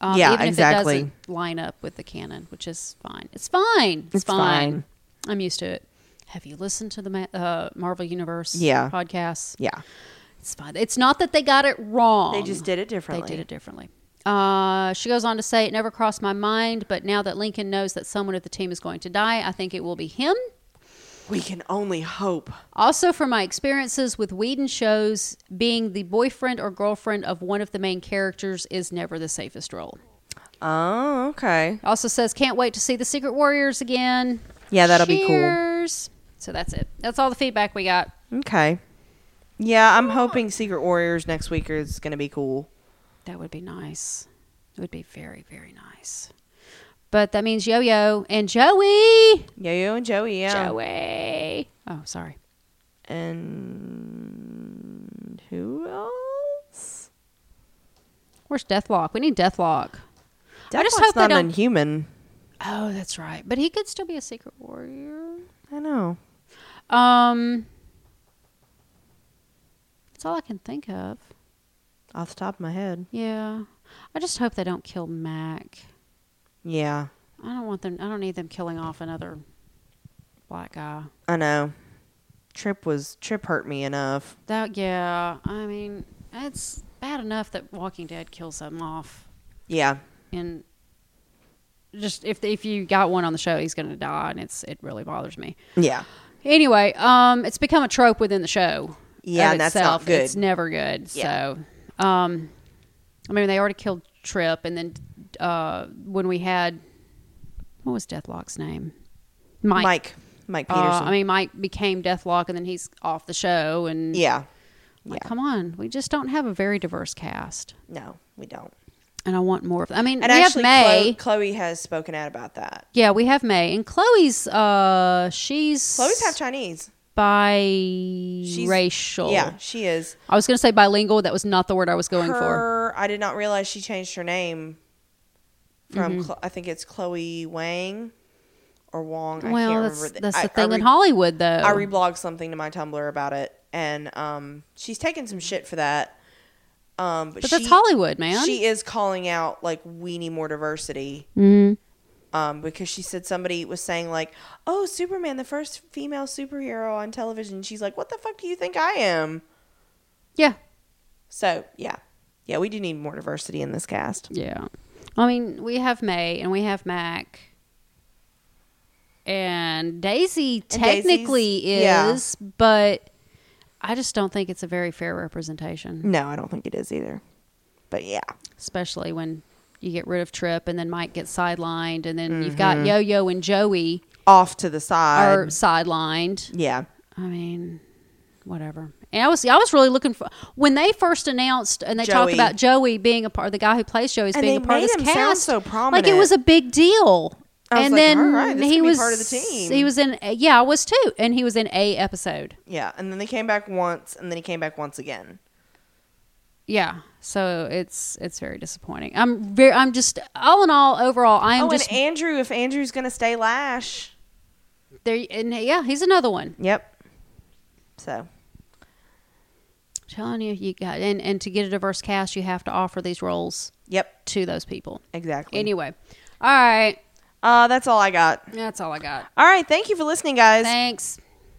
B: Um,
A: Yeah,
B: even if
A: exactly.
B: it doesn't line up with the canon, which is fine. It's fine. It's,
A: It's
B: fine.
A: fine.
B: I'm used to it. Have you listened to the Ma- uh, Marvel Universe
A: Yeah.
B: podcasts?
A: Yeah.
B: It's fine. It's not that they got it wrong.
A: They just did it differently.
B: um, They did it differently. Uh, she goes on to say, It never crossed my mind, but now that Lincoln knows that someone of the team is going to die, I think it will be him.
A: We can only hope.
B: Also, from my experiences with Whedon shows, being the boyfriend or girlfriend of one of the main characters is never the safest role.
A: Oh, okay.
B: Also says, Can't wait to see the Secret Warriors again.
A: Yeah, that'll be cool.
B: Cheers. So that's it. That's all the feedback we got.
A: Okay. Yeah, I'm hoping Secret Warriors next week is going to be cool.
B: That would be nice. It would be very, very nice. But that means Yo Yo and Joey.
A: Yo Yo and Joey, yeah.
B: Joey. Oh, sorry.
A: And who else?
B: Where's Deathlock? We need Deathlock. I just
A: Deathlock's
B: hope they
A: not
B: don't-
A: inhuman.
B: Oh, that's right. But he could still be a secret warrior.
A: I know.
B: Um, that's all I can think of.
A: Off the top of my head.
B: Yeah, I just hope they don't kill Mac.
A: Yeah,
B: I don't want them. I don't need them killing off another black guy.
A: I know. Trip was Trip hurt me enough.
B: That yeah. I mean, it's bad enough that Walking Dead kills them off,
A: Yeah.
B: and just if if you got one on the show, he's gonna die, and it's it really bothers me.
A: Yeah.
B: Anyway, um, it's become a trope within the show.
A: Yeah,
B: of
A: and that's not
B: itself.
A: good.
B: It's never good.
A: Yeah.
B: So, um, I mean, they already killed Trip, and then uh, when we had what was Deathlock's name, Mike.
A: Mike. Mike
B: Uh,
A: Peterson.
B: I mean, Mike became Deathlock, and then he's off the show. And
A: yeah.
B: like,
A: yeah.
B: come on, we just don't have a very diverse cast,
A: No, we don't.
B: and I want more of. I mean,
A: And
B: we have
A: actually,
B: May.
A: Chloe, Chloe has spoken out about that.
B: yeah, we have May, and Chloe's. Uh, she's
A: Chloe's half Chinese.
B: biracial.
A: Yeah, she is.
B: I was going to say bilingual. That was not the word I was going for.
A: her, I did not realize she changed her name from
B: Mm-hmm.
A: Chlo- I think it's Chloe Wang or Wong. I can't
B: well,
A: remember.
B: that's,
A: the-
B: that's
A: I-
B: the
A: I
B: thing in
A: re-
B: Hollywood, though.
A: I reblogged something to my Tumblr about it, and um, she's taken some shit for that. Um, but
B: but
A: she-
B: that's Hollywood, man.
A: She is calling out like we need more diversity.
B: Mm-hmm.
A: Um, because she said somebody was saying like, "Oh, Superman, the first female superhero on television." She's like, "What the fuck do you think I am?"
B: yeah,
A: So yeah, yeah, we do need more diversity in this cast.
B: yeah. I mean, we have May and we have Mac, and Daisy
A: Daisy's-
B: technically
A: yeah.
B: is, but I just don't think it's a very fair representation,
A: No, I don't think it is either. But yeah,
B: especially when you get rid of Trip and then Mike gets sidelined, and then you've
A: Mm-hmm.
B: got Yo Yo and Joey
A: off to the side.
B: are sidelined.
A: yeah,
B: I mean, whatever. And I was I was really looking for when they first announced and they talked
A: Joey.
B: about Joey being a part, the guy who plays Joey's
A: And
B: being a
A: they
B: part of
A: made
B: this
A: him
B: cast.
A: sound so
B: Like it was
A: prominent.
B: a big deal.
A: I was
B: and
A: like,
B: then
A: all right, this
B: he
A: could be
B: was
A: part of the team.
B: He was in eh, yeah, I was too, and he was in a episode.
A: yeah. And then they came back once, and then he came back once again.
B: Yeah, so it's it's very disappointing. I'm very I'm just all in all overall I am
A: oh,
B: just
A: and Andrew, if Andrew's gonna stay Lash,
B: there and yeah he's another one
A: yep. So
B: telling you you got and and to get a diverse cast you have to offer these roles
A: yep,
B: to those people.
A: exactly.
B: Anyway, all right,
A: Uh, that's all I got.
B: that's all I got.
A: All right, thank you for listening, guys.
B: Thanks.